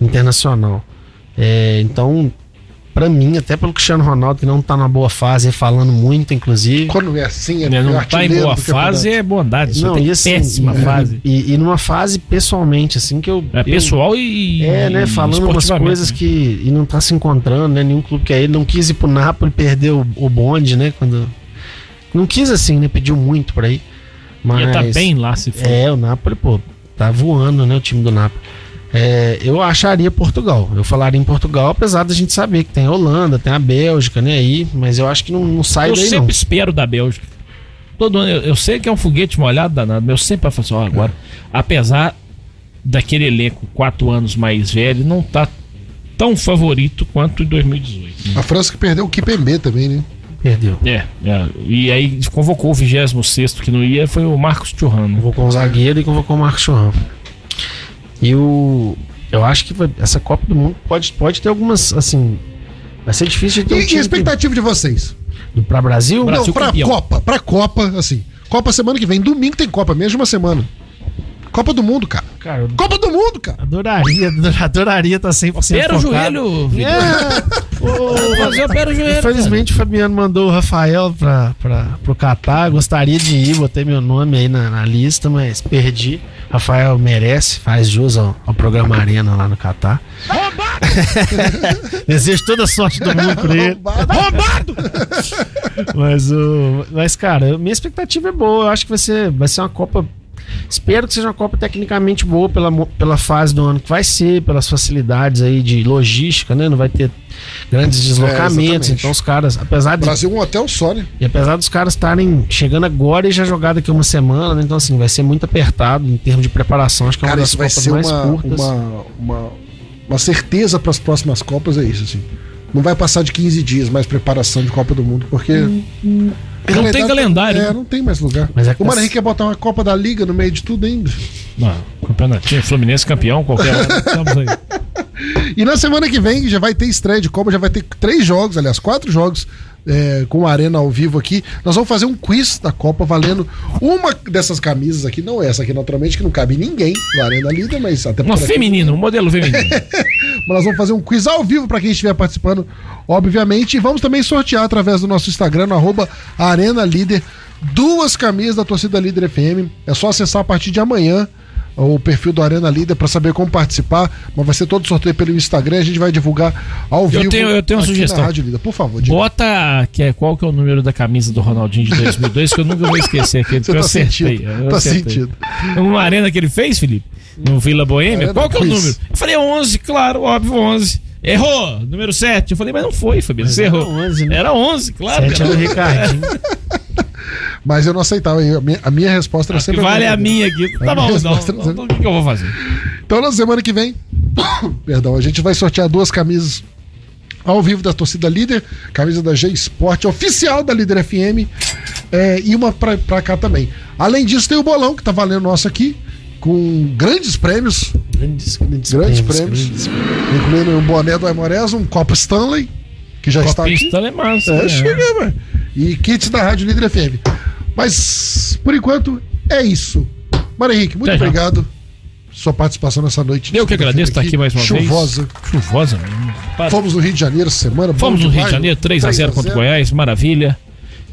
Speaker 6: internacional. É, então, pra mim, até pelo Cristiano Ronaldo, que não tá na boa fase, falando muito, inclusive.
Speaker 3: Quando é assim, é
Speaker 4: Né, Não tá em
Speaker 3: artilheiro
Speaker 4: boa
Speaker 3: do campeonato.
Speaker 4: fase, é bondade. Só
Speaker 6: Não,
Speaker 4: tem
Speaker 6: e assim,
Speaker 4: péssima
Speaker 6: e-
Speaker 4: fase.
Speaker 6: E, e numa fase pessoalmente, assim, que eu.
Speaker 4: É
Speaker 6: eu-
Speaker 4: pessoal e.
Speaker 6: É, né?
Speaker 4: e
Speaker 6: Falando umas
Speaker 4: esportivamente,
Speaker 6: coisas
Speaker 4: né?
Speaker 6: que. E não tá se encontrando, né? Nenhum clube que aí. Ele não quis ir pro Napoli, perdeu o- o bonde, né? Quando. Não quis assim, né? Pediu muito por aí. Mas.
Speaker 4: Ia tá bem lá se for.
Speaker 6: É, o Napoli, pô, tá voando, né? O time do Napoli. É, eu acharia Portugal. Eu falaria em Portugal, apesar da gente saber que tem a Holanda, tem a Bélgica, né? Aí, mas eu acho que não, não sai
Speaker 4: eu
Speaker 6: daí,
Speaker 4: sempre
Speaker 6: não.
Speaker 4: espero da Bélgica. Todo ano, eu, eu sei que é um foguete molhado danado, mas eu sempre falo assim, ó, agora. Apesar daquele elenco quatro anos mais velho, não tá tão favorito quanto em 2018.
Speaker 3: A França que perdeu o Kipembe também, né?
Speaker 6: Perdeu.
Speaker 4: É, é. E aí convocou o 26 que não ia, foi o Marcos né? Churrano.
Speaker 6: Convocou um zagueiro e convocou o Marcos Churrão. E o. Eu acho que vai- essa Copa do Mundo pode, pode ter algumas, assim. Vai ser difícil de
Speaker 3: E,
Speaker 6: ter um
Speaker 3: e a
Speaker 6: time
Speaker 3: expectativa de vocês?
Speaker 6: que- pra Brasil.
Speaker 4: Brasil
Speaker 3: não, pra
Speaker 4: campeão.
Speaker 3: Copa, pra Copa, assim. Copa semana que vem, domingo tem Copa, menos de uma semana. Copa do Mundo, cara.
Speaker 6: Cara, eu
Speaker 3: Copa do Mundo, cara.
Speaker 6: adoraria, adoraria estar tá 100%
Speaker 4: Pera o
Speaker 6: focado.
Speaker 4: joelho, Vitor.
Speaker 6: É. Ô,
Speaker 4: Fazer o pera o joelho.
Speaker 6: Infelizmente o Fabiano mandou o Rafael pra, pra, pro Catar. Gostaria de ir, botei meu nome aí na, na lista, mas perdi. Rafael merece, faz jus ao, ao programa Arena lá no Catar. Desejo toda a sorte do mundo pra ele. Mas, o, mas cara, eu- minha expectativa é boa. Eu acho que vai ser, vai ser uma Copa. Espero que seja uma Copa tecnicamente boa pela, mo- pela fase do ano que vai ser, pelas facilidades aí de logística, né? Não vai ter grandes deslocamentos.
Speaker 3: É, exatamente.
Speaker 6: então, os caras, apesar, de,
Speaker 3: Brasil um hotel só, né?
Speaker 6: e apesar dos caras estarem chegando agora e já jogar daqui uma semana, né? Então, assim, vai ser muito apertado em termos de preparação. Acho que é uma
Speaker 3: Cara,
Speaker 6: das
Speaker 3: isso vai
Speaker 6: Copas
Speaker 3: ser
Speaker 6: mais
Speaker 3: uma,
Speaker 6: curtas.
Speaker 3: uma, uma, uma certeza para as próximas Copas, é isso, assim. Não vai passar de 15 dias mais preparação de Copa do Mundo, porque.
Speaker 4: Não tem calendário.
Speaker 3: É, não tem mais lugar.
Speaker 6: Mas é que
Speaker 3: o Mano
Speaker 6: tá-
Speaker 3: Henrique quer botar uma Copa da Liga no meio de tudo ainda.
Speaker 4: Não, campeonatinho Fluminense campeão, qualquer hora. Estamos aí.
Speaker 3: E na semana que vem já vai ter estreia de Copa, já vai ter três jogos, aliás, quatro jogos é, com a Arena ao vivo aqui. Nós vamos fazer um quiz da Copa valendo uma dessas camisas aqui, não essa aqui naturalmente, que não cabe em ninguém na Arena Lida, mas até
Speaker 4: Uma
Speaker 3: por aqui.
Speaker 4: feminina, um modelo feminino.
Speaker 3: Mas nós vamos fazer um quiz ao vivo para quem estiver participando, obviamente. E vamos também sortear através do nosso Instagram, no arroba Arena Líder, duas camisas da torcida Líder FM. É só acessar a partir de amanhã o perfil do Arena Líder para saber como participar. Mas vai ser todo sorteio pelo Instagram, a gente vai divulgar ao vivo.
Speaker 4: tenho- eu tenho uma
Speaker 3: aqui
Speaker 4: sugestão.
Speaker 3: Na Rádio Líder. Por favor, diga.
Speaker 4: Bota que é, qual que é o número da camisa do Ronaldinho de 2002, que eu nunca vou esquecer aquele que
Speaker 3: Você tá
Speaker 4: eu acertei.
Speaker 3: sentido.
Speaker 4: eu
Speaker 3: Tá
Speaker 4: acertei.
Speaker 3: sentido.
Speaker 4: Uma arena que ele fez, Felipe, no Vila Boêmia,
Speaker 3: Arena
Speaker 4: qual que é o
Speaker 3: Quiz.
Speaker 4: número? Eu falei 11, claro, óbvio, 11. Errou, número 7. Eu falei, mas não foi, Fabiano, você
Speaker 6: era
Speaker 4: errou.
Speaker 6: 11, né?
Speaker 4: Era 11, claro.
Speaker 6: Sete
Speaker 4: Era
Speaker 3: é
Speaker 6: do Ricardinho.
Speaker 3: Mas eu não aceitava. eu- A minha, a minha resposta era
Speaker 4: Ah, que
Speaker 3: sempre. é
Speaker 4: vale a
Speaker 3: verdadeira.
Speaker 4: minha aqui. Tá
Speaker 3: A
Speaker 4: bom,
Speaker 3: minha
Speaker 4: então,
Speaker 3: resposta
Speaker 4: então, o que, que eu vou fazer?
Speaker 3: Então na semana que vem, perdão, a gente vai sortear duas camisas ao vivo da torcida líder, camisa da G Sport, oficial da Líder FM, é, e uma pra, pra cá também. Além disso, tem o bolão que tá valendo nosso aqui, com grandes prêmios,
Speaker 6: Grandes, grandes,
Speaker 3: Grandes prêmios.
Speaker 6: prêmios.
Speaker 3: incluindo um boné do Aimorés, um Copa Stanley, que já está tá aqui.
Speaker 4: Pista é massa.
Speaker 3: É,
Speaker 4: né?
Speaker 3: chega, mano. E kits da Rádio Líder FM. Mas, por enquanto, é isso. Mário Henrique, muito
Speaker 4: Até já.
Speaker 3: obrigado por sua participação nessa noite.
Speaker 4: Eu que agradeço estar aqui mais uma
Speaker 3: Chuvosa.
Speaker 4: vez. né? Chuvosa. Chuvosa.
Speaker 3: Fomos no Rio de Janeiro essa semana. bom
Speaker 4: Fomos no Rio
Speaker 3: demais,
Speaker 4: de Janeiro, 3x0 contra o Goiás, maravilha.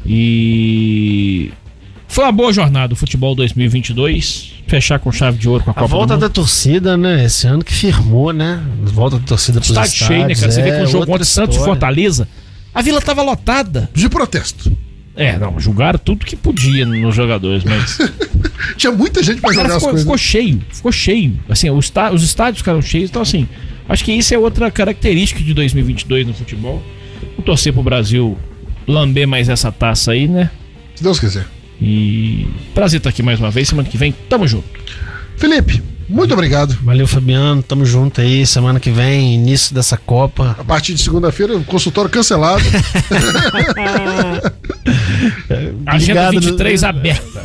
Speaker 4: E. Foi uma boa jornada o futebol 2022. Fechar com chave de ouro com a,
Speaker 6: A
Speaker 4: Copa
Speaker 6: volta
Speaker 4: do Mundo.
Speaker 6: da torcida, né? Esse ano que firmou, né? Volta da torcida pros
Speaker 4: Estádio
Speaker 6: estádios,
Speaker 4: cheio, né, cara? Você vê
Speaker 6: é,
Speaker 4: que o jogo
Speaker 6: outra
Speaker 4: contra Santos e
Speaker 6: história.
Speaker 4: Fortaleza, a vila tava lotada.
Speaker 3: De protesto.
Speaker 4: É, não, julgaram tudo que podia nos jogadores, mas.
Speaker 3: Tinha muita gente pra
Speaker 4: Cara,
Speaker 3: jogar as
Speaker 4: ficou,
Speaker 3: coisas.
Speaker 4: ficou cheio, ficou cheio. Assim, os, está- os estádios ficaram cheios, então assim, acho que isso é outra característica de 2022 no futebol. Vou torcer pro Brasil lamber mais essa taça aí, né?
Speaker 3: Se Deus quiser.
Speaker 4: E prazer estar aqui mais uma vez. Semana que vem, tamo junto.
Speaker 3: Felipe, muito obrigado.
Speaker 6: Valeu, Fabiano. Tamo junto aí. Semana que vem, início dessa Copa.
Speaker 3: A partir de segunda-feira, o consultório cancelado.
Speaker 4: Agenda
Speaker 6: Obrigado,
Speaker 4: 23
Speaker 6: Dudu.
Speaker 4: aberta.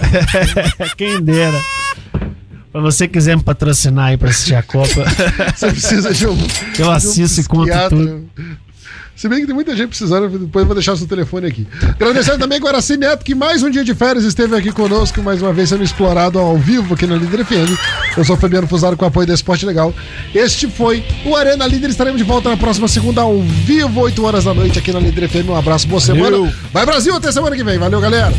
Speaker 6: Quem dera. Pra você que quiser me patrocinar aí pra assistir a Copa,
Speaker 3: Você precisa de um.
Speaker 6: eu assisto e conto
Speaker 3: psiquiatra.
Speaker 6: tudo.
Speaker 3: Se bem que tem muita gente precisando, depois eu vou deixar seu telefone aqui. Agradecendo também Guaraci Neto, que mais um dia de férias esteve aqui conosco, mais uma vez sendo explorado ao vivo aqui na Líder FM. Eu sou o Fabiano Fusaro com o apoio da Esporte Legal. Este foi o Arena Líder. Estaremos de volta na próxima segunda, ao vivo, 8 horas da noite aqui na Líder FM. Um abraço, boa semana. Vai Brasil, até semana que vem. Valeu, galera.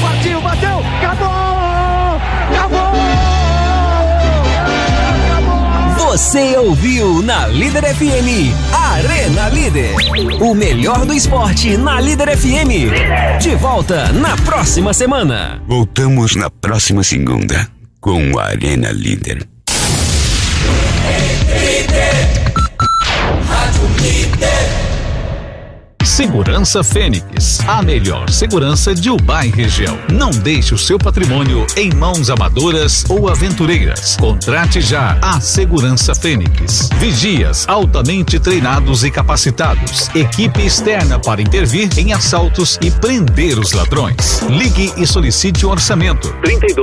Speaker 8: Partiu, bateu, acabou! Acabou!
Speaker 2: Você ouviu na Líder FM, Arena Líder. O melhor do esporte na Líder FM. De volta na próxima semana.
Speaker 10: Voltamos na próxima segunda com o Arena Líder.
Speaker 11: Segurança Fênix, a melhor segurança de Ubá e região. Não deixe o seu patrimônio em mãos amadoras ou aventureiras. Contrate já a Segurança Fênix. Vigias altamente treinados e capacitados. Equipe externa para intervir em assaltos e prender os ladrões. Ligue e solicite o orçamento.